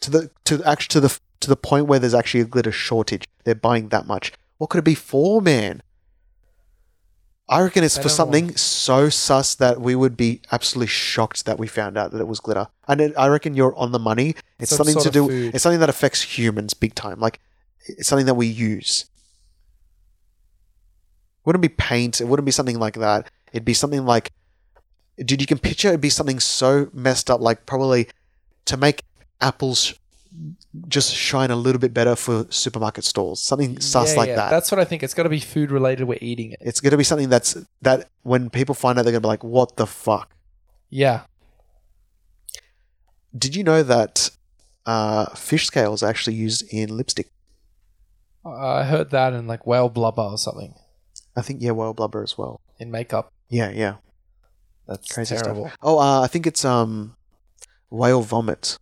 Speaker 1: to the to actually to the to the point where there's actually a glitter shortage. They're buying that much. What could it be for, man? I reckon it's
Speaker 2: I
Speaker 1: for
Speaker 2: don't know.
Speaker 1: something so sus that we would be absolutely shocked that we found out that it was glitter. And it, I reckon you're on the money. It's
Speaker 2: Some
Speaker 1: something
Speaker 2: sort
Speaker 1: to
Speaker 2: of
Speaker 1: do.
Speaker 2: food.
Speaker 1: It's something that affects humans big time. Like it's something that we use. wouldn't be paint. It wouldn't be something like that. It'd be something like, dude, you can picture it'd be something so messed up, like probably to make apples just shine a little bit better for supermarket stalls. Something sus
Speaker 2: Yeah,
Speaker 1: like
Speaker 2: yeah.
Speaker 1: that.
Speaker 2: That's what I think. It's got to be food related. We're eating it.
Speaker 1: it's going to be something that's that when people find out, they're going to be like, "What the fuck."
Speaker 2: Yeah.
Speaker 1: Did you know that uh, fish scales are actually used in lipstick?
Speaker 2: I heard that in like whale blubber or something
Speaker 1: I think yeah, whale blubber as well.
Speaker 2: in makeup.
Speaker 1: Yeah, yeah,
Speaker 2: That's
Speaker 1: crazy
Speaker 2: terrible.
Speaker 1: stuff. Oh, uh, I think it's um, whale vomit.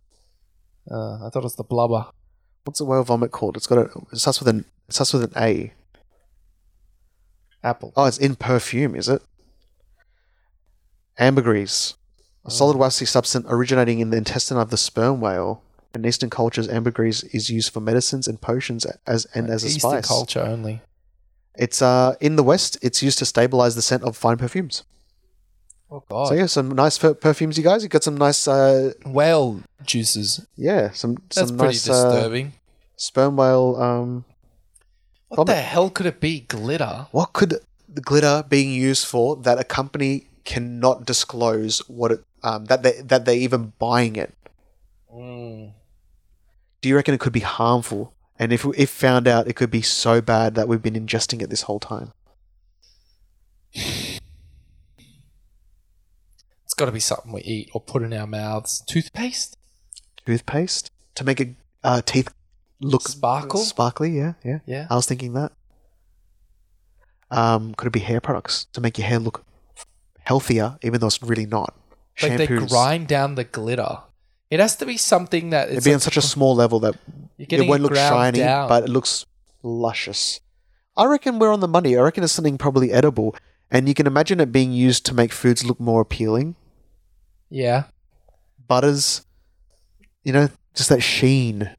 Speaker 2: Uh, I thought it was the blubber.
Speaker 1: What's a whale vomit called? It's got a. It starts with an. It starts with an A.
Speaker 2: Apple.
Speaker 1: Oh, it's in perfume, is it? Ambergris,
Speaker 2: Oh.
Speaker 1: a solid waxy substance originating in the intestine of the sperm whale. In Eastern cultures, ambergris is used for medicines and potions as and as a
Speaker 2: Eastern
Speaker 1: spice.
Speaker 2: culture only.
Speaker 1: It's uh in the West, it's used to stabilize the scent of fine perfumes.
Speaker 2: Oh god.
Speaker 1: So yeah, some nice fer- perfumes, you guys. You got some nice, uh,
Speaker 2: Whale juices.
Speaker 1: yeah, some
Speaker 2: That's
Speaker 1: some
Speaker 2: pretty
Speaker 1: nice uh,
Speaker 2: disturbing.
Speaker 1: sperm whale. Um,
Speaker 2: What
Speaker 1: vomit.
Speaker 2: the hell could it be? Glitter.
Speaker 1: what could the glitter being used for that a company cannot disclose what it um, that they that they're even buying it?
Speaker 2: Mm.
Speaker 1: Do you reckon it could be harmful? And if if found out, it could be so bad that we've been ingesting it this whole time.
Speaker 2: It's got to be something we eat or put in our mouths. Toothpaste.
Speaker 1: Toothpaste to make it uh, teeth look
Speaker 2: Sparkle?
Speaker 1: Sparkly, yeah, yeah,
Speaker 2: Yeah.
Speaker 1: I was thinking that. Um, could it be hair products to make your hair look healthier, even though it's really not?
Speaker 2: Like they grind down the glitter. It has to be something that
Speaker 1: It'd
Speaker 2: it's
Speaker 1: be on such a small level that
Speaker 2: you're
Speaker 1: it
Speaker 2: getting
Speaker 1: won't look
Speaker 2: ground
Speaker 1: shiny,
Speaker 2: down.
Speaker 1: but it looks luscious. I reckon we're on the money. I reckon it's something probably edible, and you can imagine it being used to make foods look more appealing.
Speaker 2: yeah.
Speaker 1: Butters, you know, just that sheen,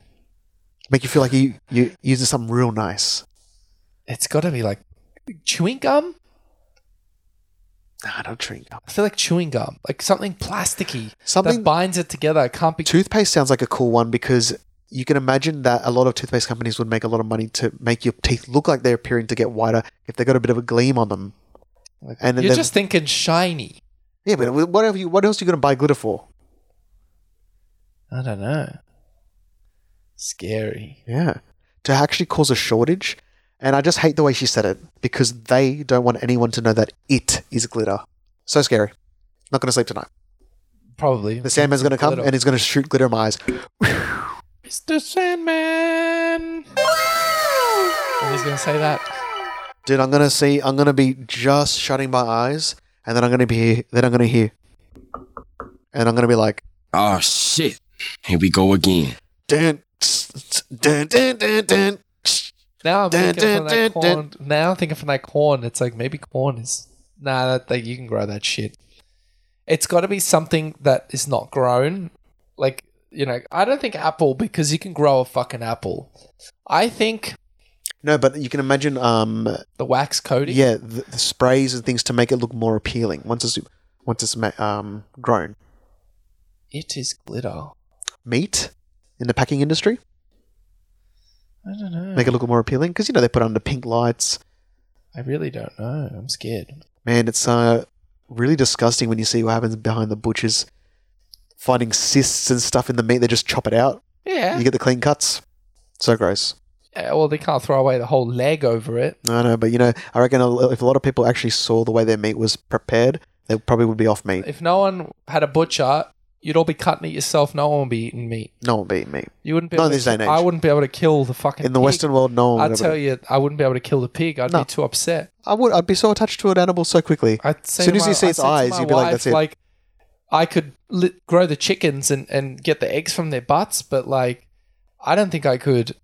Speaker 1: make you feel like you you using something real nice.
Speaker 2: It's got to be like chewing gum.
Speaker 1: Nah, I don't drink.
Speaker 2: I feel like chewing gum, like something plasticky
Speaker 1: Something
Speaker 2: that binds it together. It can't be.
Speaker 1: Toothpaste sounds like a cool one because you can imagine that a lot of toothpaste companies would make a lot of money to make your teeth look like they're appearing to get whiter if they got a bit of a gleam on them. And then
Speaker 2: You're
Speaker 1: they've-
Speaker 2: just thinking shiny.
Speaker 1: yeah, but what, have you, what else are you going to buy glitter for?
Speaker 2: I don't know. Scary.
Speaker 1: Yeah. To actually cause a shortage. And I just hate the way she said it because they don't want anyone to know that it is glitter. So scary. Not going to sleep tonight.
Speaker 2: Probably.
Speaker 1: The Sandman's going to come
Speaker 2: Glitter.
Speaker 1: and he's going to shoot glitter in my eyes.
Speaker 2: Mr. Sandman. And he's gonna say that.
Speaker 1: Dude, I'm going to see, I'm going to be just shutting my eyes and then I'm going to be, then I'm going to hear. And I'm going to be like,
Speaker 4: Oh shit. Here we go again.
Speaker 1: dun, tss, dun, dun, dun, dun.
Speaker 2: Now I'm
Speaker 1: Dun,
Speaker 2: thinking from
Speaker 1: dun,
Speaker 2: that
Speaker 1: dun, dun.
Speaker 2: corn. Now I'm thinking from that corn. It's like maybe corn is nah. That, that you can grow that shit. It's got to be something that is not grown. Like you know, I don't think apple because you can grow a fucking apple. I think
Speaker 1: No, but you can imagine, um,
Speaker 2: the wax coating.
Speaker 1: yeah, the, the sprays and things to make it look more appealing once it's once it's ma- um, grown.
Speaker 2: It is glitter.
Speaker 1: meat in the packing industry,
Speaker 2: I don't know.
Speaker 1: make it look more appealing because you know they put under pink lights.
Speaker 2: I really don't know. I'm scared.
Speaker 1: Man, it's uh, really disgusting when you see what happens behind the butchers finding cysts and stuff in the meat. They just chop it out.
Speaker 2: Yeah.
Speaker 1: You get the clean cuts. So gross.
Speaker 2: Yeah, well, they can't throw away the whole leg over it.
Speaker 1: I know, but you know, I reckon a lo- if a lot of people actually saw the way their meat was prepared, they probably would be off meat.
Speaker 2: If no one had a butcher, you'd all be cutting it yourself. No one would be eating meat.
Speaker 1: No one would be eating meat.
Speaker 2: You wouldn't be.
Speaker 1: Not
Speaker 2: able
Speaker 1: in this
Speaker 2: to,
Speaker 1: day and age.
Speaker 2: I wouldn't be able to kill the fucking.
Speaker 1: In the
Speaker 2: pig.
Speaker 1: Western world, no one
Speaker 2: I'd
Speaker 1: would. ever-
Speaker 2: tell you, I wouldn't be able to kill the pig. I'd
Speaker 1: No.
Speaker 2: be too upset.
Speaker 1: I would. I'd be so attached to an animal so quickly.
Speaker 2: I'd say
Speaker 1: As soon
Speaker 2: to
Speaker 1: as you
Speaker 2: my-
Speaker 1: see
Speaker 2: I'd
Speaker 1: its
Speaker 2: say to
Speaker 1: eyes,
Speaker 2: my
Speaker 1: you'd be like,
Speaker 2: wife,
Speaker 1: "That's it."
Speaker 2: Like, I could li- grow the chickens and and get the eggs from their butts, but like, I don't think I could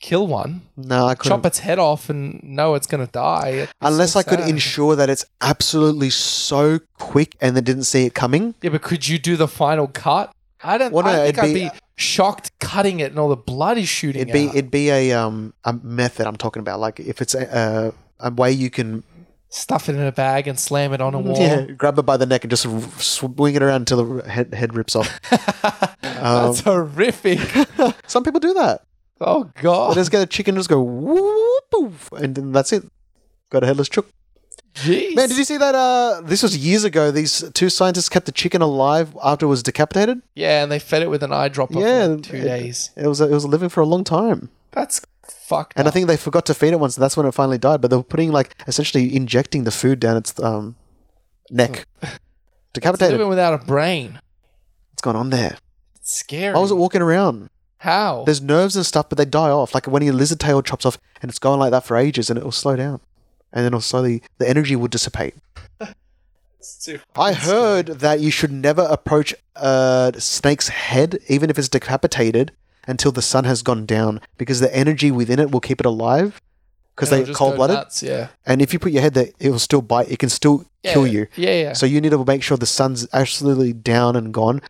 Speaker 2: kill one.
Speaker 1: No, I couldn't.
Speaker 2: Chop its head off and know it's gonna die. It'd be
Speaker 1: Unless
Speaker 2: so
Speaker 1: I could
Speaker 2: sad.
Speaker 1: ensure that it's absolutely so quick and they didn't see it coming.
Speaker 2: Yeah, but could you do the final cut? I don't.
Speaker 1: Well, no,
Speaker 2: I think
Speaker 1: it'd
Speaker 2: I'd
Speaker 1: be-
Speaker 2: be shocked cutting it and all the blood is shooting.
Speaker 1: It'd be
Speaker 2: out.
Speaker 1: it'd be a um a method I'm talking about. Like if it's a a, a way you can
Speaker 2: stuff it in a bag and slam it on a wall.
Speaker 1: yeah, grab it by the neck and just r- swing it around until the head, head rips off.
Speaker 2: That's
Speaker 1: Um,
Speaker 2: horrific.
Speaker 1: Some people do that.
Speaker 2: oh
Speaker 1: They
Speaker 2: god,
Speaker 1: just get a chicken, and just go whoop, poof, and then that's it. Got a headless chook.
Speaker 2: jeez.
Speaker 1: Man, did you see that? Uh, this was years ago. These two scientists kept the chicken alive after it was decapitated.
Speaker 2: yeah, and they fed it with an eyedropper
Speaker 1: Yeah,
Speaker 2: for like two
Speaker 1: it-
Speaker 2: days.
Speaker 1: It was it was living for a long time.
Speaker 2: That's fucked.
Speaker 1: And I
Speaker 2: up.
Speaker 1: think they forgot to feed it once, and that's when it finally died. But they were putting like essentially injecting the food down its um, neck.
Speaker 2: it's
Speaker 1: Decapitated.
Speaker 2: living without a brain.
Speaker 1: What's going on there?
Speaker 2: It's scary.
Speaker 1: Why was it walking around?
Speaker 2: How?
Speaker 1: There's nerves and stuff, but they die off. Like when your lizard tail chops off, and it's going like that for ages, and it will slow down, and then it'll slowly the energy will dissipate.
Speaker 2: It's too
Speaker 1: I
Speaker 2: fucking
Speaker 1: heard that you should never approach a snake's head, even if it's decapitated, until the sun has gone down, because the energy within it will keep it alive. Because
Speaker 2: And it'll
Speaker 1: they
Speaker 2: just go
Speaker 1: cold blooded.
Speaker 2: nuts, Yeah.
Speaker 1: And if you put your head there, it will still bite. It can still
Speaker 2: yeah.
Speaker 1: kill you.
Speaker 2: Yeah, yeah.
Speaker 1: So you need to make sure the sun's absolutely down and gone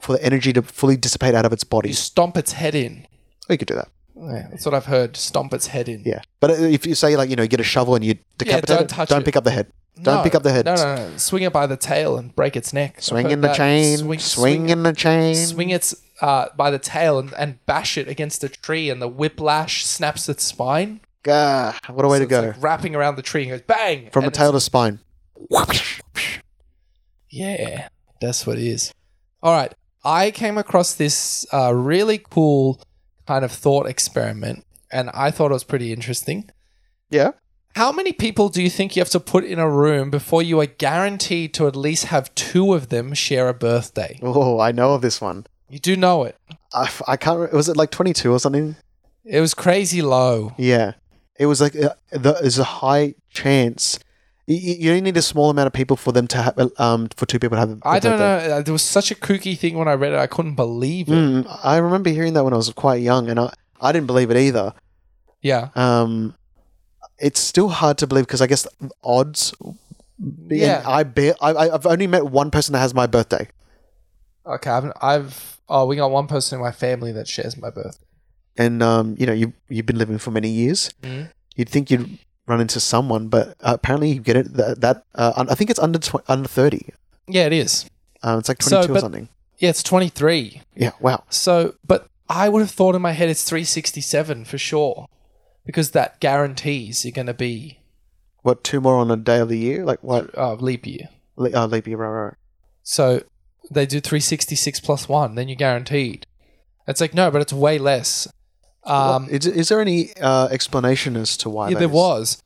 Speaker 1: for the energy to fully dissipate out of its body.
Speaker 2: you stomp its head in.
Speaker 1: Oh, you could do that.
Speaker 2: Yeah, that's what I've heard. Stomp its head in.
Speaker 1: Yeah. But uh, if you say, like, you know, you get a shovel and you decapitate
Speaker 2: don't
Speaker 1: it,
Speaker 2: touch
Speaker 1: don't
Speaker 2: it.
Speaker 1: pick up the head. Don't
Speaker 2: No,
Speaker 1: pick up the head.
Speaker 2: No, no, no. Swing it by the tail and break its neck. I've
Speaker 1: Swing
Speaker 2: heard
Speaker 1: in the
Speaker 2: that.
Speaker 1: chain. Swing,
Speaker 2: Swing,
Speaker 1: in the chain.
Speaker 2: swing its uh, by the tail and, and bash it against a tree, and the whiplash snaps its spine.
Speaker 1: Gah, what a way
Speaker 2: So
Speaker 1: to go.
Speaker 2: It's like wrapping around the tree and goes bang
Speaker 1: From the
Speaker 2: and
Speaker 1: tail
Speaker 2: it's-
Speaker 1: to spine.
Speaker 2: Yeah, that's what it is. All right, I came across this uh, really cool kind of thought experiment, and I thought it was pretty interesting.
Speaker 1: Yeah.
Speaker 2: How many people do you think you have to put in a room before you are guaranteed to at least have two of them share a birthday?
Speaker 1: Oh, I know of this one.
Speaker 2: You do know it.
Speaker 1: I, f- I can't. re- Was it like 22 or something?
Speaker 2: It was crazy low.
Speaker 1: Yeah, it was like uh, the, there's a high chance. You, you only need a small amount of people for them to have um for two people to have. a
Speaker 2: I don't
Speaker 1: birthday.
Speaker 2: know. uh, There was such a kooky thing when I read it. I couldn't believe it.
Speaker 1: Mm, I remember hearing that when I was quite young, and I I didn't believe it either.
Speaker 2: Yeah.
Speaker 1: Um, it's still hard to believe because I guess odds. Being,
Speaker 2: Yeah.
Speaker 1: I be I, I- I've only met one person that has my birthday.
Speaker 2: Okay. I've, I've. Oh, we got one person in my family that shares my birth.
Speaker 1: and um, you know you you've been living for many years.
Speaker 2: Mm-hmm.
Speaker 1: You'd think you'd run into someone, but uh, apparently you get it that, that uh, un- I think it's under tw- under thirty.
Speaker 2: Yeah, it is.
Speaker 1: Um, it's like
Speaker 2: So,
Speaker 1: twenty two or
Speaker 2: but-
Speaker 1: something.
Speaker 2: Yeah, it's 23.
Speaker 1: Yeah, wow.
Speaker 2: So, but I would have thought in my head it's 367 for sure because that guarantees you're going to be
Speaker 1: What two more on a day of the year? Like what?
Speaker 2: uh, leap year.
Speaker 1: Le- oh, leap year, right, right.
Speaker 2: So they do 366 plus one, then you're guaranteed. It's like, no, but it's way less. Um,
Speaker 1: What- is, is there any uh, explanation as to why?
Speaker 2: Yeah,
Speaker 1: that
Speaker 2: there
Speaker 1: is?
Speaker 2: was.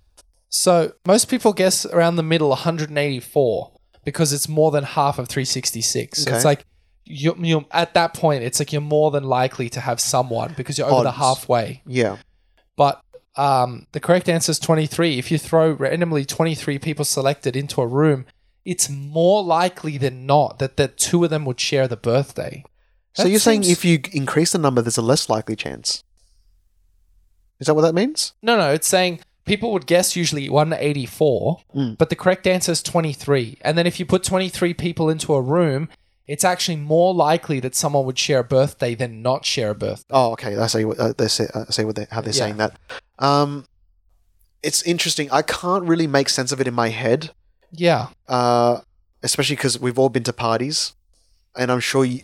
Speaker 2: So most people guess around the middle, 184, because it's more than half of 366. So
Speaker 1: Okay.
Speaker 2: it's like you, you at that point, it's like you're more than likely to have someone because you're over the
Speaker 1: Odds.
Speaker 2: halfway.
Speaker 1: Yeah,
Speaker 2: But um, the correct answer is 23. If you throw randomly 23 people selected into a room, it's more likely than not that the two of them would share the birthday.
Speaker 1: so
Speaker 2: That
Speaker 1: you're saying
Speaker 2: seems-
Speaker 1: if you increase the number, there's a less likely chance. Is that what that means?
Speaker 2: No, no, it's saying people would guess usually 184,
Speaker 1: Mm.
Speaker 2: but the correct answer is 23. And then if you put 23 people into a room, it's actually more likely that someone would share a birthday than not share a birthday.
Speaker 1: Oh, okay. I see. What, uh, they say. I see what they how they're
Speaker 2: Yeah.
Speaker 1: saying that. Um, it's interesting. I can't really make sense of it in my head,
Speaker 2: Yeah.
Speaker 1: uh, especially because we've all been to parties and I'm sure you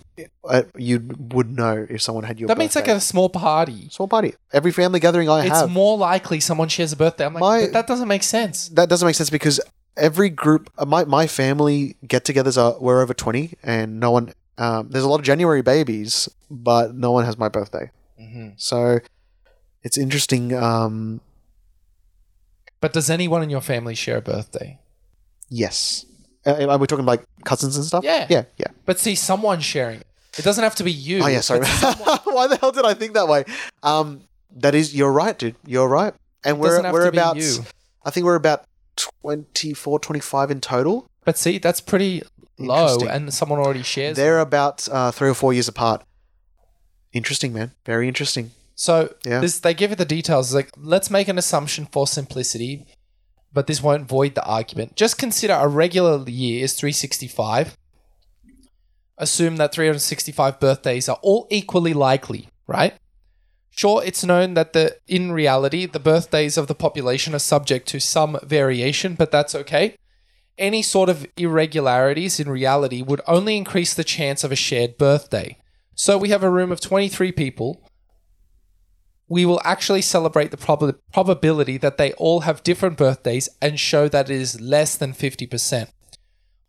Speaker 1: uh, you would know if someone had your.
Speaker 2: that means like
Speaker 1: birthday.
Speaker 2: a small party.
Speaker 1: small party. Every family gathering I
Speaker 2: it's
Speaker 1: have
Speaker 2: more likely someone shares a birthday. I'm like,
Speaker 1: My-
Speaker 2: "But that doesn't make sense.
Speaker 1: that doesn't make sense because every group, uh, my my family get-togethers are we're over twenty, and no one. Um, there's a lot of January babies, but no one has my birthday.
Speaker 2: Mm-hmm.
Speaker 1: So it's interesting. Um,
Speaker 2: But does anyone in your family share a birthday?
Speaker 1: yes, uh, and we're talking like cousins and stuff.
Speaker 2: Yeah.
Speaker 1: yeah, yeah.
Speaker 2: But see, someone sharing it. It doesn't have to be you.
Speaker 1: Oh yeah, sorry.
Speaker 2: It's-
Speaker 1: Why the hell did I think that way? Um, that is, you're right, dude. You're right. And
Speaker 2: It
Speaker 1: we're
Speaker 2: doesn't have
Speaker 1: we're
Speaker 2: to be
Speaker 1: about.
Speaker 2: you.
Speaker 1: I think we're about 24, 25 in total.
Speaker 2: But see, that's pretty low,
Speaker 1: Interesting.
Speaker 2: and someone already shares. it.
Speaker 1: They're about uh, three or four years apart. Interesting, man. Very interesting.
Speaker 2: So
Speaker 1: Yeah.
Speaker 2: this, they give you the details. It's like, let's make an assumption for simplicity, but this won't void the argument. Just consider a regular year is 365. Assume that 365 birthdays are all equally likely, right? Sure, it's known that the in reality the birthdays of the population are subject to some variation, but that's okay. Any sort of irregularities in reality would only increase the chance of a shared birthday. So we have a room of 23 people we will actually celebrate the prob- probability that they all have different birthdays and show that it is less than 50%.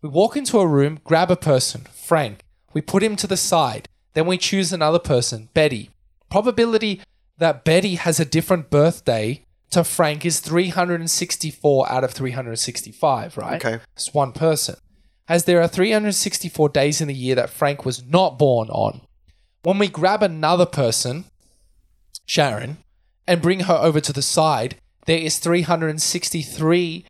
Speaker 2: We walk into a room, grab a person, Frank. We put him to the side. Then we choose another person, Betty. Probability that Betty has a different birthday to Frank is 364 out of 365, right?
Speaker 1: Okay.
Speaker 2: It's one person. As there are 364 days in the year that Frank was not born on. When we grab another person, Sharon and bring her over to the side, there is 363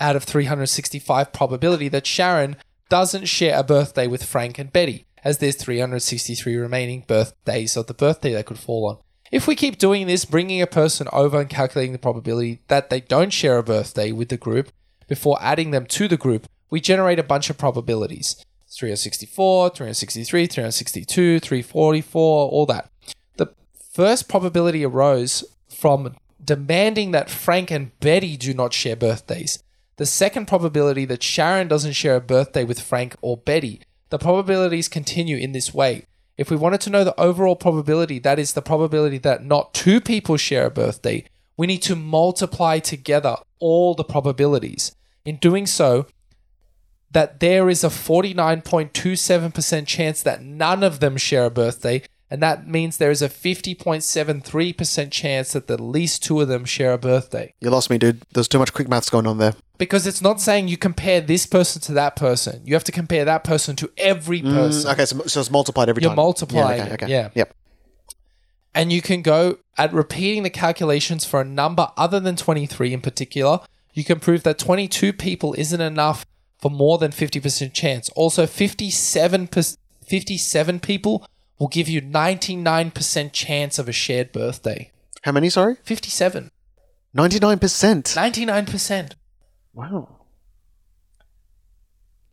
Speaker 2: out of 365 probability that Sharon doesn't share a birthday with Frank and Betty, as there's 363 remaining birthdays of the birthday they could fall on. If we keep doing this, bringing a person over and calculating the probability that they don't share a birthday with the group before adding them to the group, we generate a bunch of probabilities 364, 363, 362, 344, all that. The first probability arose from demanding that Frank and Betty do not share birthdays. The second probability that Sharon doesn't share a birthday with Frank or Betty. The probabilities continue in this way. If we wanted to know the overall probability, that is the probability that not two people share a birthday, we need to multiply together all the probabilities. In doing so, that there is a 49.27% chance that none of them share a birthday, and that means there is a 50.73% chance that at least two of them share a birthday.
Speaker 1: You lost me, dude. There's too much quick maths going on there.
Speaker 2: Because it's not saying you compare this person to that person. You have to compare that person to every person.
Speaker 1: Mm, Okay, Uh, so, so it's multiplied every
Speaker 2: Mm. You're
Speaker 1: time.
Speaker 2: multiplying
Speaker 1: Yeah, okay,
Speaker 2: it,
Speaker 1: okay.
Speaker 2: yeah.
Speaker 1: Yep.
Speaker 2: and you can go at repeating the calculations for a number other than 23 in particular. You can prove that 22 people isn't enough for more than 50% chance. Also, 57, 57 people will give you 99% chance of a shared birthday.
Speaker 1: How many, sorry?
Speaker 2: 57.
Speaker 1: 99%.
Speaker 2: 99%.
Speaker 1: Wow.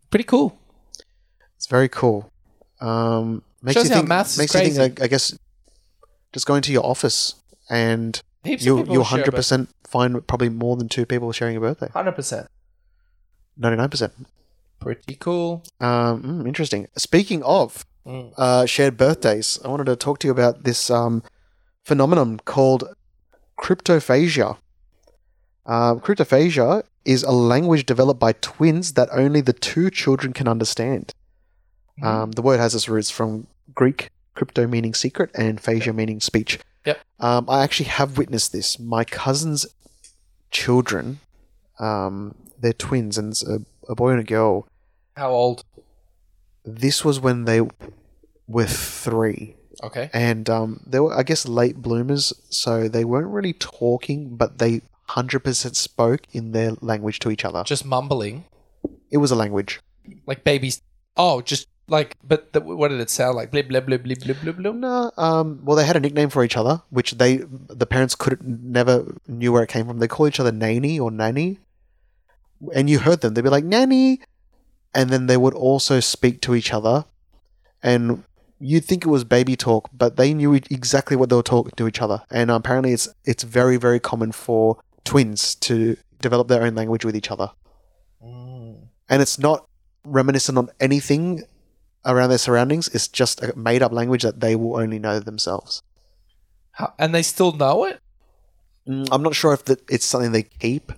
Speaker 2: Pretty cool.
Speaker 1: It's very cool. Um, makes
Speaker 2: Shows
Speaker 1: you
Speaker 2: how
Speaker 1: think,
Speaker 2: maths is
Speaker 1: makes you
Speaker 2: crazy.
Speaker 1: think, like, I guess, just going to your office and
Speaker 2: Heaps of
Speaker 1: you,
Speaker 2: people
Speaker 1: you'll
Speaker 2: share a
Speaker 1: 100% find probably more than two people sharing a birthday.
Speaker 2: 100%.
Speaker 1: 99%.
Speaker 2: Pretty cool. Mm.
Speaker 1: Um, mm, interesting. Speaking of uh, shared birthdays, I wanted to talk to you about this um, phenomenon called cryptophagia. Uh, cryptophagia is a language developed by twins that only the two children can understand. Um, the word has its roots from Greek crypto meaning secret and phagia meaning speech.
Speaker 2: Yep.
Speaker 1: Um, I actually have witnessed this. My cousin's children, um, they're twins, and it's a, a boy and a girl
Speaker 2: How old?
Speaker 1: this was when they were three,
Speaker 2: Okay.
Speaker 1: and um, they were, I guess, late bloomers, so they weren't really talking, but they hundred percent spoke in their language to each other.
Speaker 2: Just mumbling.
Speaker 1: it was a language.
Speaker 2: Like babies. Oh, just like, but the, what did it sound like? Blib, blib, blib, blib, blib, blib, blib.
Speaker 1: No, um, well, they had a nickname for each other, which they the parents couldn't never knew where it came from. They call each other Nanny or Nanny, and you heard them. They'd be like Nanny, and then they would also speak to each other, and you'd think it was baby talk, but they knew e- exactly what they were talking to each other. And apparently, it's it's very very common for twins to develop their own Mm. language with each other, and it's not reminiscent on anything around their surroundings is just a made up language that they will only know themselves.
Speaker 2: How, and they still know it?
Speaker 1: Mm, I'm not sure if that it's something they keep.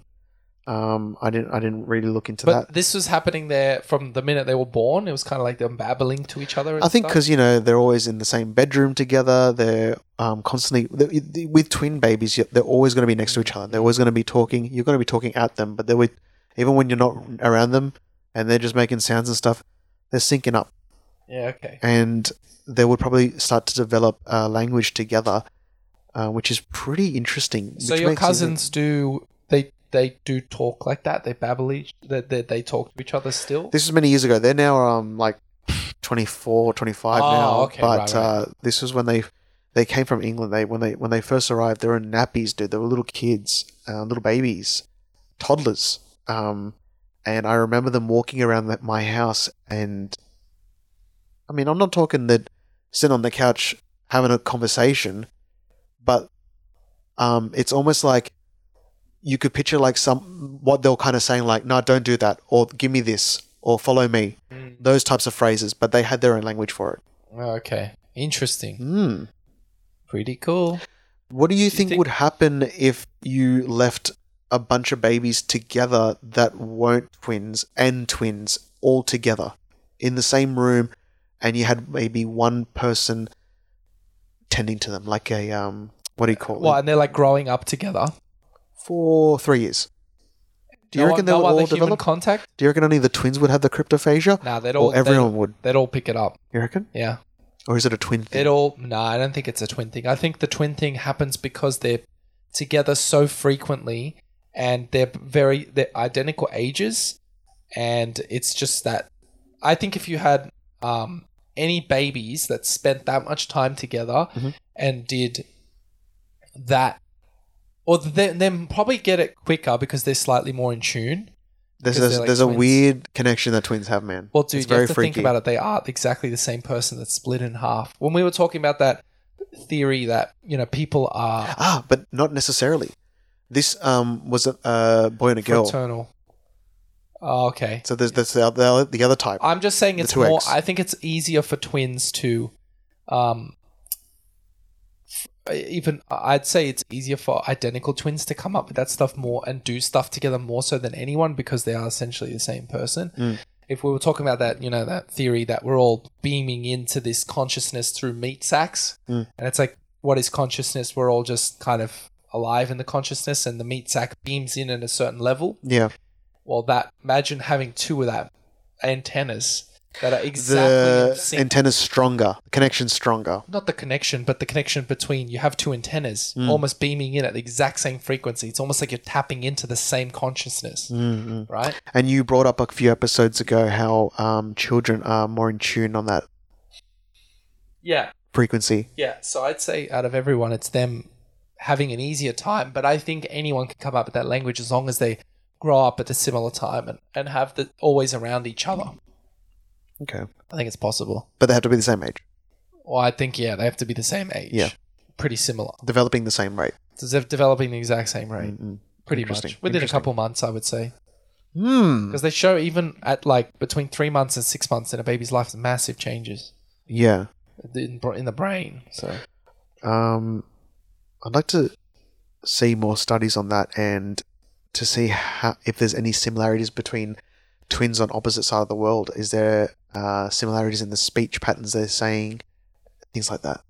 Speaker 1: Um, I didn't. I didn't really look into
Speaker 2: But
Speaker 1: that.
Speaker 2: this was happening there from the minute they were born. It was kind of like them babbling to each other. and
Speaker 1: I think
Speaker 2: stuff.
Speaker 1: because you know they're always in the same bedroom together. They're um, constantly they- they- with twin babies. you- They're always going to be next to each other. They're always going to be talking. You're going to be talking at them, but they're with even when you're not around them, and they're just making sounds and stuff. They're syncing up,
Speaker 2: Yeah, okay.
Speaker 1: and they would probably start to develop uh, language together, uh, which is pretty interesting.
Speaker 2: So
Speaker 1: which
Speaker 2: your
Speaker 1: makes it-
Speaker 2: cousins do they they do talk like that? They babble each that they, they, talk to each other still?
Speaker 1: This was many years ago. They're now um like 24, 25
Speaker 2: Oh,
Speaker 1: now.
Speaker 2: okay,
Speaker 1: but
Speaker 2: right, right.
Speaker 1: Uh, this was when they they came from England. They when they when they first arrived, they were in nappies, dude. They were little kids, uh, little babies, toddlers. Um, and I remember them walking around that, my house, and I mean, I'm not talking that sitting on the couch having a conversation, but um, it's almost like you could picture like some what they're kind of saying like no don't do that or give me this or follow me
Speaker 2: Mm.
Speaker 1: those types of phrases but they had their own language for it
Speaker 2: Okay, interesting.
Speaker 1: Hmm.
Speaker 2: Pretty cool.
Speaker 1: what do you, think,
Speaker 2: think-
Speaker 1: would happen if you left a bunch of babies together that weren't twins and twins all together in the same room and you had maybe one person tending to them like a um what do you call
Speaker 2: Well,
Speaker 1: it
Speaker 2: and they're like growing up together.
Speaker 1: for three years do you
Speaker 2: No-
Speaker 1: reckon they
Speaker 2: no
Speaker 1: would
Speaker 2: other
Speaker 1: all
Speaker 2: human
Speaker 1: develop
Speaker 2: contact?
Speaker 1: do you reckon only the twins would have the cryptophagia
Speaker 2: Nah, they'd all
Speaker 1: or everyone would
Speaker 2: They'd, they'd all pick it up.
Speaker 1: You reckon?
Speaker 2: Yeah,
Speaker 1: Or is it a twin thing?
Speaker 2: they'd all. Nah, I don't think it's a twin thing. I think the twin thing happens because they're together so frequently and they're very they're identical ages, and it's just that. I think if you had um, any babies that spent that much time together
Speaker 1: Mhm.
Speaker 2: and did that, or then then probably get it quicker because they're slightly more in tune.
Speaker 1: there's
Speaker 2: 'cause
Speaker 1: there's,
Speaker 2: they're like
Speaker 1: there's a
Speaker 2: twins.
Speaker 1: weird connection that twins have, man.
Speaker 2: Well, dude,
Speaker 1: it's
Speaker 2: you
Speaker 1: very
Speaker 2: have to
Speaker 1: freaky.
Speaker 2: think about it. They are exactly the same person that's split in half. When we were talking about that theory that you know people are
Speaker 1: Ah, but not necessarily. This um was a uh, boy and a girl.
Speaker 2: fraternal. Oh, okay,
Speaker 1: So there's that's the other, the other type.
Speaker 2: I'm just saying
Speaker 1: The
Speaker 2: it's
Speaker 1: two
Speaker 2: more.
Speaker 1: eggs.
Speaker 2: I think it's easier for twins to, um, f- even I'd say it's easier for identical twins to come up with that stuff more and do stuff together more so than anyone because they are essentially the same person.
Speaker 1: Mm.
Speaker 2: If we were talking about that, you know, that theory that we're all beaming into this consciousness through meat sacks,
Speaker 1: Mm.
Speaker 2: and it's like, what is consciousness? We're all just kind of alive in the consciousness, and the meat sack beams in at a certain level.
Speaker 1: yeah.
Speaker 2: Well, that imagine having two of that antennas that are exactly in
Speaker 1: The
Speaker 2: sync.
Speaker 1: antenna's stronger. The connection's stronger.
Speaker 2: not the connection, but the connection between you have two antennas
Speaker 1: Mm.
Speaker 2: almost beaming in at the exact same frequency. It's almost like you're tapping into the same consciousness,
Speaker 1: Mm-hmm.
Speaker 2: right?
Speaker 1: And you brought up a few episodes ago how um, children are more in tune on that
Speaker 2: Yeah,
Speaker 1: frequency.
Speaker 2: yeah. So I'd say out of everyone, it's them having an easier time. But I think anyone can come up with that language as long as they grow up at a similar time and, and have the always around each other.
Speaker 1: Okay.
Speaker 2: I think it's possible.
Speaker 1: But they have to be the same age,
Speaker 2: Well, I think yeah, they have to be the same age.
Speaker 1: Yeah.
Speaker 2: Pretty similar.
Speaker 1: developing the same rate. Mm-hmm.
Speaker 2: So they're developing the exact same rate,
Speaker 1: Mm-mm.
Speaker 2: pretty
Speaker 1: Mm, Interesting.
Speaker 2: much within a
Speaker 1: Interesting.
Speaker 2: couple months, I would say,
Speaker 1: Hmm.
Speaker 2: because they show even at like between three months and six months in a baby's life, massive changes
Speaker 1: Yeah.
Speaker 2: in, br- in the brain. So
Speaker 1: Um, I'd like to see more studies on that and to see how, if there's any similarities between twins on opposite side of the world. Is there uh, similarities in the speech patterns they're saying? Things like that.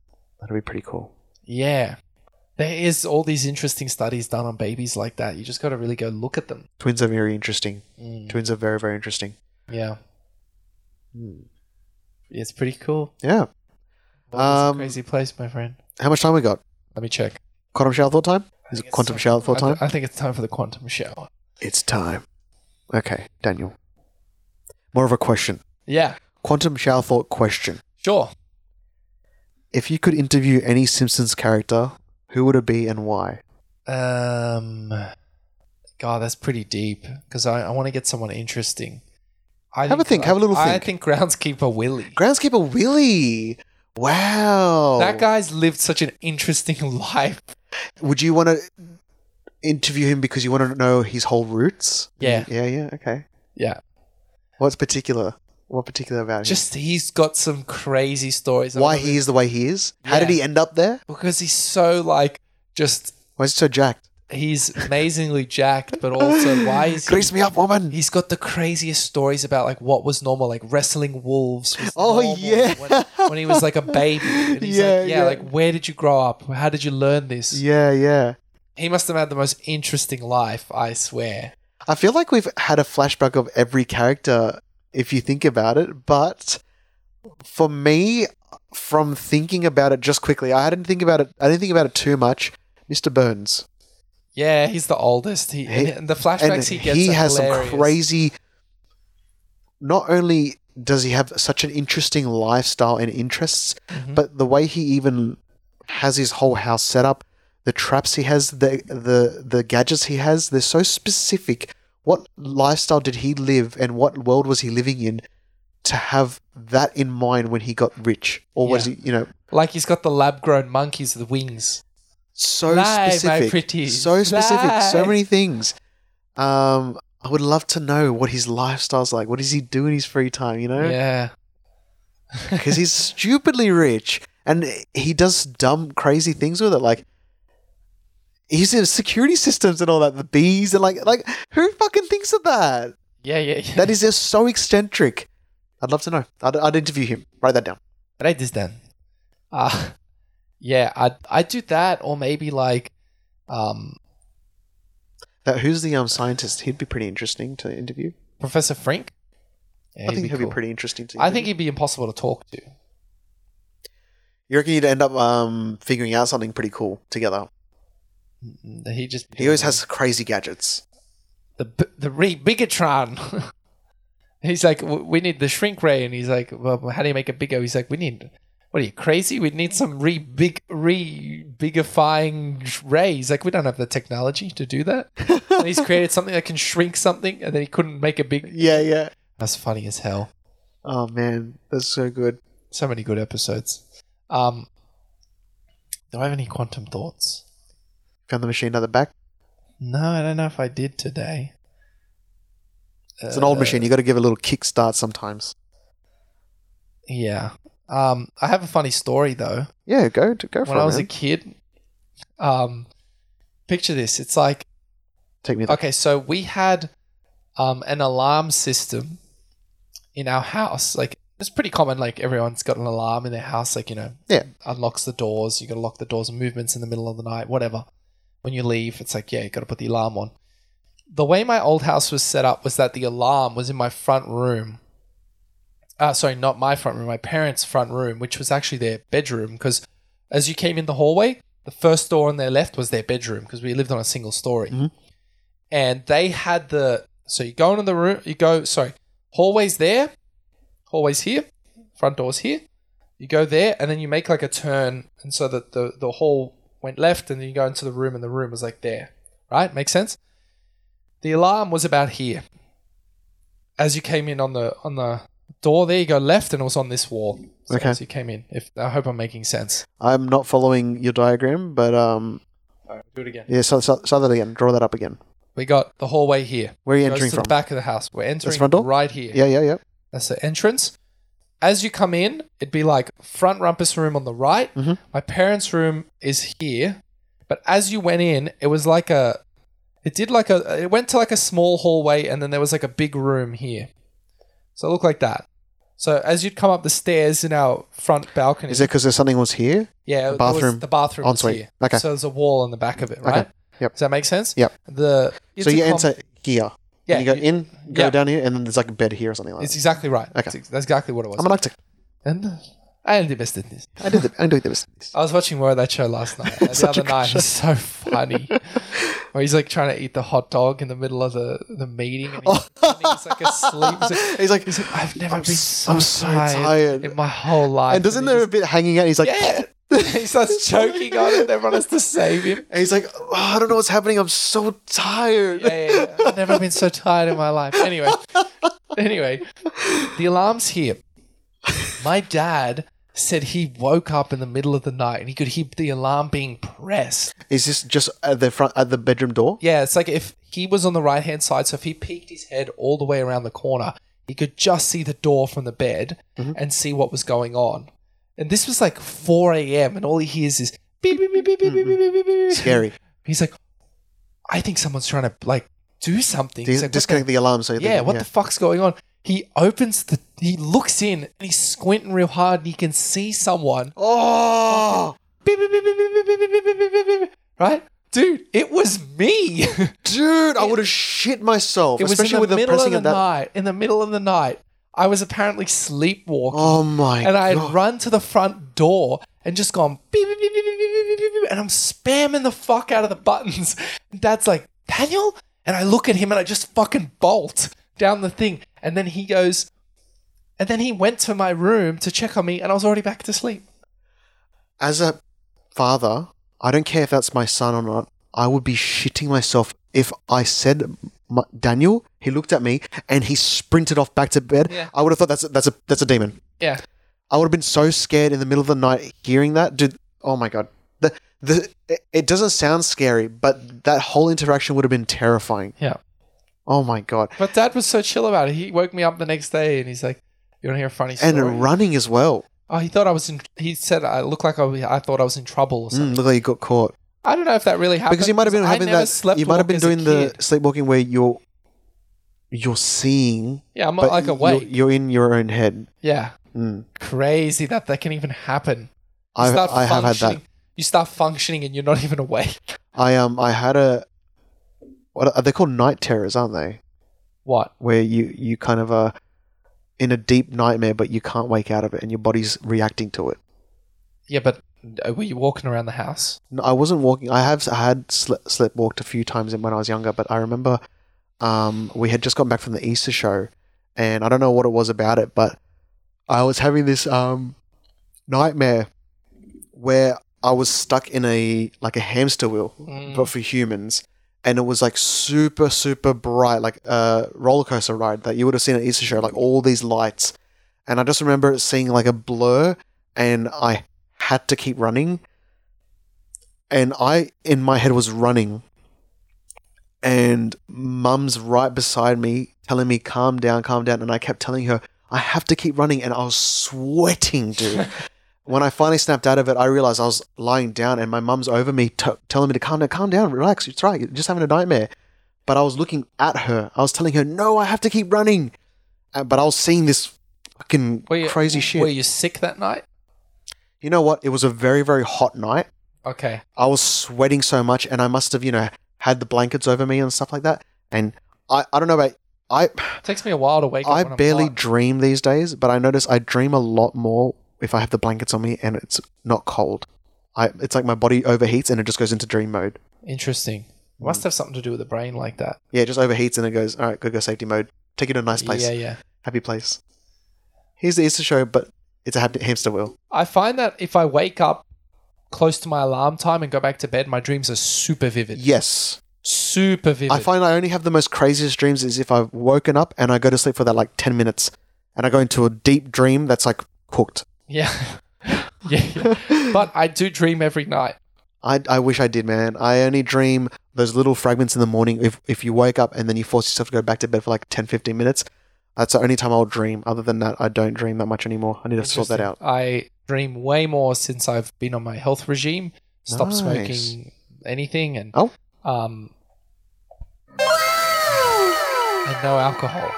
Speaker 1: That'd be pretty cool.
Speaker 2: yeah, there is all these interesting studies done on babies like that. You just got to really go look at them.
Speaker 1: Twins are very interesting.
Speaker 2: Mm,
Speaker 1: Twins are very, very interesting.
Speaker 2: yeah,
Speaker 1: Hmm.
Speaker 2: it's pretty cool.
Speaker 1: Yeah.
Speaker 2: Well, it's
Speaker 1: Um,
Speaker 2: a crazy place, my friend.
Speaker 1: How much time we got?
Speaker 2: Let me check.
Speaker 1: Quantum shower thought time? Is
Speaker 2: I think
Speaker 1: it
Speaker 2: it's
Speaker 1: quantum
Speaker 2: time-
Speaker 1: shower thought
Speaker 2: I th-
Speaker 1: time?
Speaker 2: I think it's time for the quantum shower.
Speaker 1: It's time. Okay, Daniel. More of a question.
Speaker 2: Yeah,
Speaker 1: Quantum shower thought question.
Speaker 2: sure.
Speaker 1: If you could interview any Simpsons character, who would it be and why?
Speaker 2: Um, God, that's pretty deep because I, I want to get someone interesting. I
Speaker 1: Have a think, have a little
Speaker 2: I think
Speaker 1: think.
Speaker 2: groundskeeper Willie.
Speaker 1: Groundskeeper Willie. Wow.
Speaker 2: that guy's lived such an interesting life.
Speaker 1: Would you want to interview him because you want to know his whole roots?
Speaker 2: Yeah.
Speaker 1: Yeah, yeah, okay.
Speaker 2: Yeah.
Speaker 1: What's particular? What particular about him?
Speaker 2: Just he's got some crazy stories. I
Speaker 1: why
Speaker 2: love
Speaker 1: he
Speaker 2: it.
Speaker 1: is the way he is? How did
Speaker 2: Yeah.
Speaker 1: he end up there?
Speaker 2: because he's so like just
Speaker 1: Why is he so jacked?
Speaker 2: he's amazingly jacked, but also why is he?
Speaker 1: Grease me up, woman.
Speaker 2: He's got the craziest stories about like what was normal, like wrestling wolves. was
Speaker 1: Oh,
Speaker 2: normal
Speaker 1: yeah.
Speaker 2: when, when he was like a baby. And he's
Speaker 1: Yeah,
Speaker 2: like, yeah,
Speaker 1: yeah.
Speaker 2: like where did you grow up? How did you learn this?
Speaker 1: yeah, yeah.
Speaker 2: He must have had the most interesting life, I swear.
Speaker 1: I feel like we've had a flashback of every character if you think about it, but for me, from thinking about it just quickly, I didn't think about it. I didn't think about it too much. Mr. Burns,
Speaker 2: Yeah, he's the oldest. He,
Speaker 1: He-
Speaker 2: and the flashbacks
Speaker 1: and
Speaker 2: he gets.
Speaker 1: he
Speaker 2: are
Speaker 1: has
Speaker 2: hilarious.
Speaker 1: some crazy. Not only does he have such an interesting lifestyle and interests,
Speaker 2: Mm-hmm.
Speaker 1: but the way he even has his whole house set up, the traps he has, the the the gadgets he has, they're so specific. What lifestyle did he live, and what world was he living in, to have that in mind when he got rich, or was
Speaker 2: Yeah.
Speaker 1: he, you know,
Speaker 2: Like he's got the lab-grown monkeys with wings.
Speaker 1: so
Speaker 2: Lie, my
Speaker 1: specific,
Speaker 2: pretty.
Speaker 1: so specific, so
Speaker 2: Lie.
Speaker 1: many things. Um, I would love to know what his lifestyle's like. What does he do in his free time? You know,
Speaker 2: Yeah,
Speaker 1: because he's stupidly rich and he does dumb, crazy things with it. Like he's in security systems and all that, the bees and like, like who fucking thinks of that?
Speaker 2: yeah, yeah. yeah.
Speaker 1: That is just so eccentric. I'd love to know. I'd, I'd interview him. Write that down.
Speaker 2: Write this down. Uh, yeah, I I do that, or maybe like, um,
Speaker 1: That who's the um scientist? He'd be pretty interesting to interview.
Speaker 2: Professor Frink. Yeah,
Speaker 1: I think he'd
Speaker 2: cool.
Speaker 1: be pretty interesting to.
Speaker 2: I think
Speaker 1: interview.
Speaker 2: he'd be impossible to talk to.
Speaker 1: you reckon he'd end up um figuring out something pretty cool together.
Speaker 2: Mm, He just
Speaker 1: He always has crazy gadgets.
Speaker 2: the b- the re bigatron. he's like, "W- we need the shrink ray, and he's like, well, how do you make it bigger? He's like, we need. What are you crazy? We need some re big re bigifying ray. He's like, we don't have the technology to do that. and he's created something that can shrink something, and then he couldn't make it big.
Speaker 1: Yeah, yeah.
Speaker 2: That's funny as hell.
Speaker 1: Oh man, that's so good.
Speaker 2: So many good episodes. Um, do I have any quantum thoughts?
Speaker 1: Found the machine at the back.
Speaker 2: No, I don't know if I did today. Uh,
Speaker 1: It's an old machine. You got to give it a little kickstart sometimes.
Speaker 2: Yeah. Um, I have a funny story though.
Speaker 1: Yeah, go to go for
Speaker 2: when
Speaker 1: it.
Speaker 2: I was
Speaker 1: man.
Speaker 2: a kid. Um, picture this: it's like
Speaker 1: Take me there.
Speaker 2: okay, so we had um, an alarm system in our house. Like it's pretty common. Like everyone's got an alarm in their house. Like you know,
Speaker 1: Yeah.
Speaker 2: unlocks the doors. You got to lock the doors and movements in the middle of the night. Whatever. When you leave, it's like yeah, you got to put the alarm on. The way my old house was set up was that the alarm was in my front room. Uh, sorry, not my front room, my parents' front room, which was actually their bedroom. Because as you came in the hallway, the first door on their left was their bedroom because we lived on a single story and they had the so you go into the room you go sorry hallways there hallways here front doors here you go there and then you make like a turn and so that the the hall went left and then you go into the room and the room was like there right makes sense the alarm was about here as you came in on the on the door there you go left and it was on this wall so
Speaker 1: Okay.
Speaker 2: as you came in if i hope i'm making sense
Speaker 1: I'm not following your diagram, but um,
Speaker 2: all right do it again
Speaker 1: yeah, so, so, so that again. Draw that up again.
Speaker 2: we got the hallway here
Speaker 1: Where are you
Speaker 2: Goes
Speaker 1: entering
Speaker 2: to
Speaker 1: from?
Speaker 2: the back of the house we're entering
Speaker 1: front door?
Speaker 2: right here
Speaker 1: Yeah, yeah, yeah.
Speaker 2: That's the entrance. As you come in, it'd be like front rumpus room on the right.
Speaker 1: Mhm.
Speaker 2: My parents' room is here. But as you went in, it was like a. It did like a. It went to like a small hallway and then there was like a big room here. So it looked like that. So as you'd come up the stairs in our front balcony.
Speaker 1: Is it because there's something was here?
Speaker 2: Yeah,
Speaker 1: The
Speaker 2: there was-
Speaker 1: bathroom,
Speaker 2: the bathroom was
Speaker 1: ensuite.
Speaker 2: here.
Speaker 1: Okay.
Speaker 2: So there's a wall on the back of it,
Speaker 1: Okay.
Speaker 2: right?
Speaker 1: Yep.
Speaker 2: Does that make sense?
Speaker 1: Yep.
Speaker 2: The
Speaker 1: so you
Speaker 2: intercom-
Speaker 1: enter here.
Speaker 2: Yeah,
Speaker 1: Yeah. You go
Speaker 2: you-
Speaker 1: in, go
Speaker 2: yeah.
Speaker 1: down here, and then there's like a bed here or something like
Speaker 2: It's
Speaker 1: that.
Speaker 2: exactly right.
Speaker 1: Okay.
Speaker 2: It's- That's exactly what it was.
Speaker 1: I'm an architect.
Speaker 2: and I am the best at this.
Speaker 1: I did the, I did this.
Speaker 2: I was watching more of that show last night. and the
Speaker 1: Such
Speaker 2: other
Speaker 1: a good
Speaker 2: night
Speaker 1: show.
Speaker 2: is so funny. Where he's like trying to eat the hot dog in the middle of the, the meeting and he's, and he's like asleep. He's like,
Speaker 1: He's like,
Speaker 2: he's like, I've never
Speaker 1: Oh. I'm
Speaker 2: been
Speaker 1: s-
Speaker 2: so,
Speaker 1: I'm so
Speaker 2: tired,
Speaker 1: tired."
Speaker 2: in my whole life.
Speaker 1: and doesn't
Speaker 2: he
Speaker 1: there a bit hanging out? He's like,
Speaker 2: just- yeah. he starts choking on it. and Everyone has to save him.
Speaker 1: and he's like, "Oh, I don't know what's happening. I'm so tired.
Speaker 2: Yeah, yeah, yeah. I've never been so tired in my life. Anyway, anyway, the alarm's here. My dad said he woke up in the middle of the night and he could hear the alarm being pressed.
Speaker 1: Is this just at the front at the bedroom door?
Speaker 2: Yeah, it's like if he was on the right hand side, so if he peeked his head all the way around the corner, He could just see the door from the bed and see what was going on. And this was like 4 a.m. and all he hears is beep beep beep beep beep beep beep beep beep. beep.
Speaker 1: Mm-hmm. Scary.
Speaker 2: He's like, I think someone's trying to like do something.
Speaker 1: Do
Speaker 2: He's
Speaker 1: you
Speaker 2: like, what the-
Speaker 1: disconnect the alarm so you
Speaker 2: yeah,
Speaker 1: think-
Speaker 2: what the fuck's going on? He opens the. He looks in and he's squinting real hard and he can see someone.
Speaker 1: Oh,
Speaker 2: Beep, beep, beep, beep, beep, beep, beep, beep, beep, beep, beep, beep. Right? Dude, it was me.
Speaker 1: dude, I would have shit myself,
Speaker 2: it was in
Speaker 1: especially
Speaker 2: the
Speaker 1: with the
Speaker 2: middle of
Speaker 1: pressing
Speaker 2: the
Speaker 1: of that.
Speaker 2: night. In the middle of the night, I was apparently sleepwalking
Speaker 1: Oh my
Speaker 2: and I had
Speaker 1: god!
Speaker 2: run to the front door and just gone beep beep beep beep beep beep beep, beep beep, and I'm spamming the fuck out of the buttons. Dad's like Daniel, and I look at him and I just fucking bolt down the thing, and then he goes, and then he went to my room to check on me, and I was already back to sleep.
Speaker 1: As a father, I don't care if that's my son or not. I would be shitting myself if I said my, Daniel. He looked at me and he sprinted off back to bed.
Speaker 2: Yeah.
Speaker 1: I would have thought that's a, that's a that's a demon.
Speaker 2: Yeah,
Speaker 1: I would have been so scared in the middle of the night hearing that, dude. Oh my god! The the it- it doesn't sound scary, but that whole interaction would have been terrifying.
Speaker 2: yeah.
Speaker 1: Oh my god!
Speaker 2: But Dad was so chill about it. He woke me up the next day, and he's like, "You want to hear a funny story?"
Speaker 1: And running as well.
Speaker 2: oh, he thought I was in. He said I looked like I, was- I thought I was in trouble or something.
Speaker 1: Mm, look like you got caught.
Speaker 2: I don't know if that really happened
Speaker 1: because you might have been
Speaker 2: I
Speaker 1: having
Speaker 2: never
Speaker 1: that. You might have
Speaker 2: sleepwalk
Speaker 1: been
Speaker 2: as a
Speaker 1: doing the
Speaker 2: kid.
Speaker 1: sleepwalking where you're you're seeing,
Speaker 2: Yeah, I'm
Speaker 1: but
Speaker 2: like
Speaker 1: you're-
Speaker 2: awake.
Speaker 1: You're, in your own head.
Speaker 2: Yeah.
Speaker 1: Mm.
Speaker 2: Crazy that that can even happen. You
Speaker 1: I,
Speaker 2: start
Speaker 1: I have had that.
Speaker 2: functioning- You start functioning and you're not even awake.
Speaker 1: I um I had a what are they called night terrors, aren't they?
Speaker 2: What?
Speaker 1: Where you you kind of are in a deep nightmare, but you can't wake out of it, and your body's reacting to it.
Speaker 2: Yeah, but uh, were you walking around the house?
Speaker 1: No, I wasn't walking. I have I had sli- sleptwalked a few times when I was younger, but I remember um, we had just gotten back from the Easter show, and I don't know what it was about it, but I was having this um, nightmare where I was stuck in a like a hamster wheel,
Speaker 2: Mm.
Speaker 1: but for humans, and it was like super super bright, like a roller coaster ride that you would have seen at Easter show, like all these lights, and I just remember it seeing like a blur, and I had to keep running and I in my head was running, and Mum's right beside me telling me calm down, calm down, and I kept telling her I have to keep running, and I was sweating, dude. when I finally snapped out of it, I realized I was lying down, and my mum's over me t- telling me to calm down, calm down, relax, it's right, you're just having a nightmare. But I was looking at her, I was telling her, no, I have to keep running, Uh, but I was seeing this fucking
Speaker 2: Were you,
Speaker 1: crazy
Speaker 2: Were
Speaker 1: shit.
Speaker 2: you sick that night?
Speaker 1: you know what? It was a very very hot night.
Speaker 2: Okay.
Speaker 1: I was sweating so much, and I must have, you know, had the blankets over me and stuff like that. And I, I don't know about I,
Speaker 2: It takes me a while to wake up.
Speaker 1: I
Speaker 2: when I'm
Speaker 1: barely
Speaker 2: hot.
Speaker 1: dream these days, but I notice I dream a lot more if I have the blankets on me and it's not cold. I, it's like my body overheats and it just goes into dream mode.
Speaker 2: Interesting. It
Speaker 1: Mm.
Speaker 2: must have something to do with the brain like that.
Speaker 1: Yeah, it just overheats and it goes, all right, go go safety mode. Take you to a nice place,
Speaker 2: Yeah, yeah.
Speaker 1: happy place. Here's the Easter show, but it's a hap- hamster wheel.
Speaker 2: I find that if I wake up close to my alarm time and go back to bed, my dreams are super vivid.
Speaker 1: Yes,
Speaker 2: Super vivid.
Speaker 1: I find I only have the most craziest dreams is if I've woken up and I go to sleep for that like 10 minutes and I go into a deep dream that's like cooked.
Speaker 2: Yeah. yeah, yeah. But I do dream every night.
Speaker 1: I, I wish I did, man. I only dream those little fragments in the morning. If, if you wake up and then you force yourself to go back to bed for like 10, 15 minutes, that's the only time I'll dream. Other than that, I don't dream that much anymore. I need to sort that out.
Speaker 2: Interesting. I dream way more since I've been on my health regime. Stop
Speaker 1: Nice.
Speaker 2: smoking anything and
Speaker 1: Oh.
Speaker 2: um and no alcohol.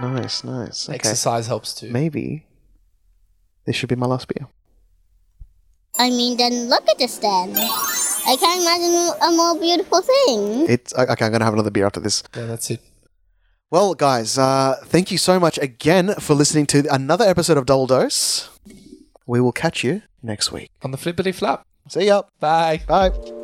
Speaker 1: Nice, nice. Okay.
Speaker 2: Exercise helps too.
Speaker 1: Maybe this should be my last beer.
Speaker 3: I mean, then look at this then. I can't imagine a more beautiful thing.
Speaker 1: It's okay. I'm going to have another beer after this.
Speaker 2: Yeah, that's it.
Speaker 1: Well, guys, uh, thank you so much again for listening to another episode of Double Dose. We will catch you next week.
Speaker 2: On the flippity flap.
Speaker 1: See ya.
Speaker 2: Bye.
Speaker 1: Bye.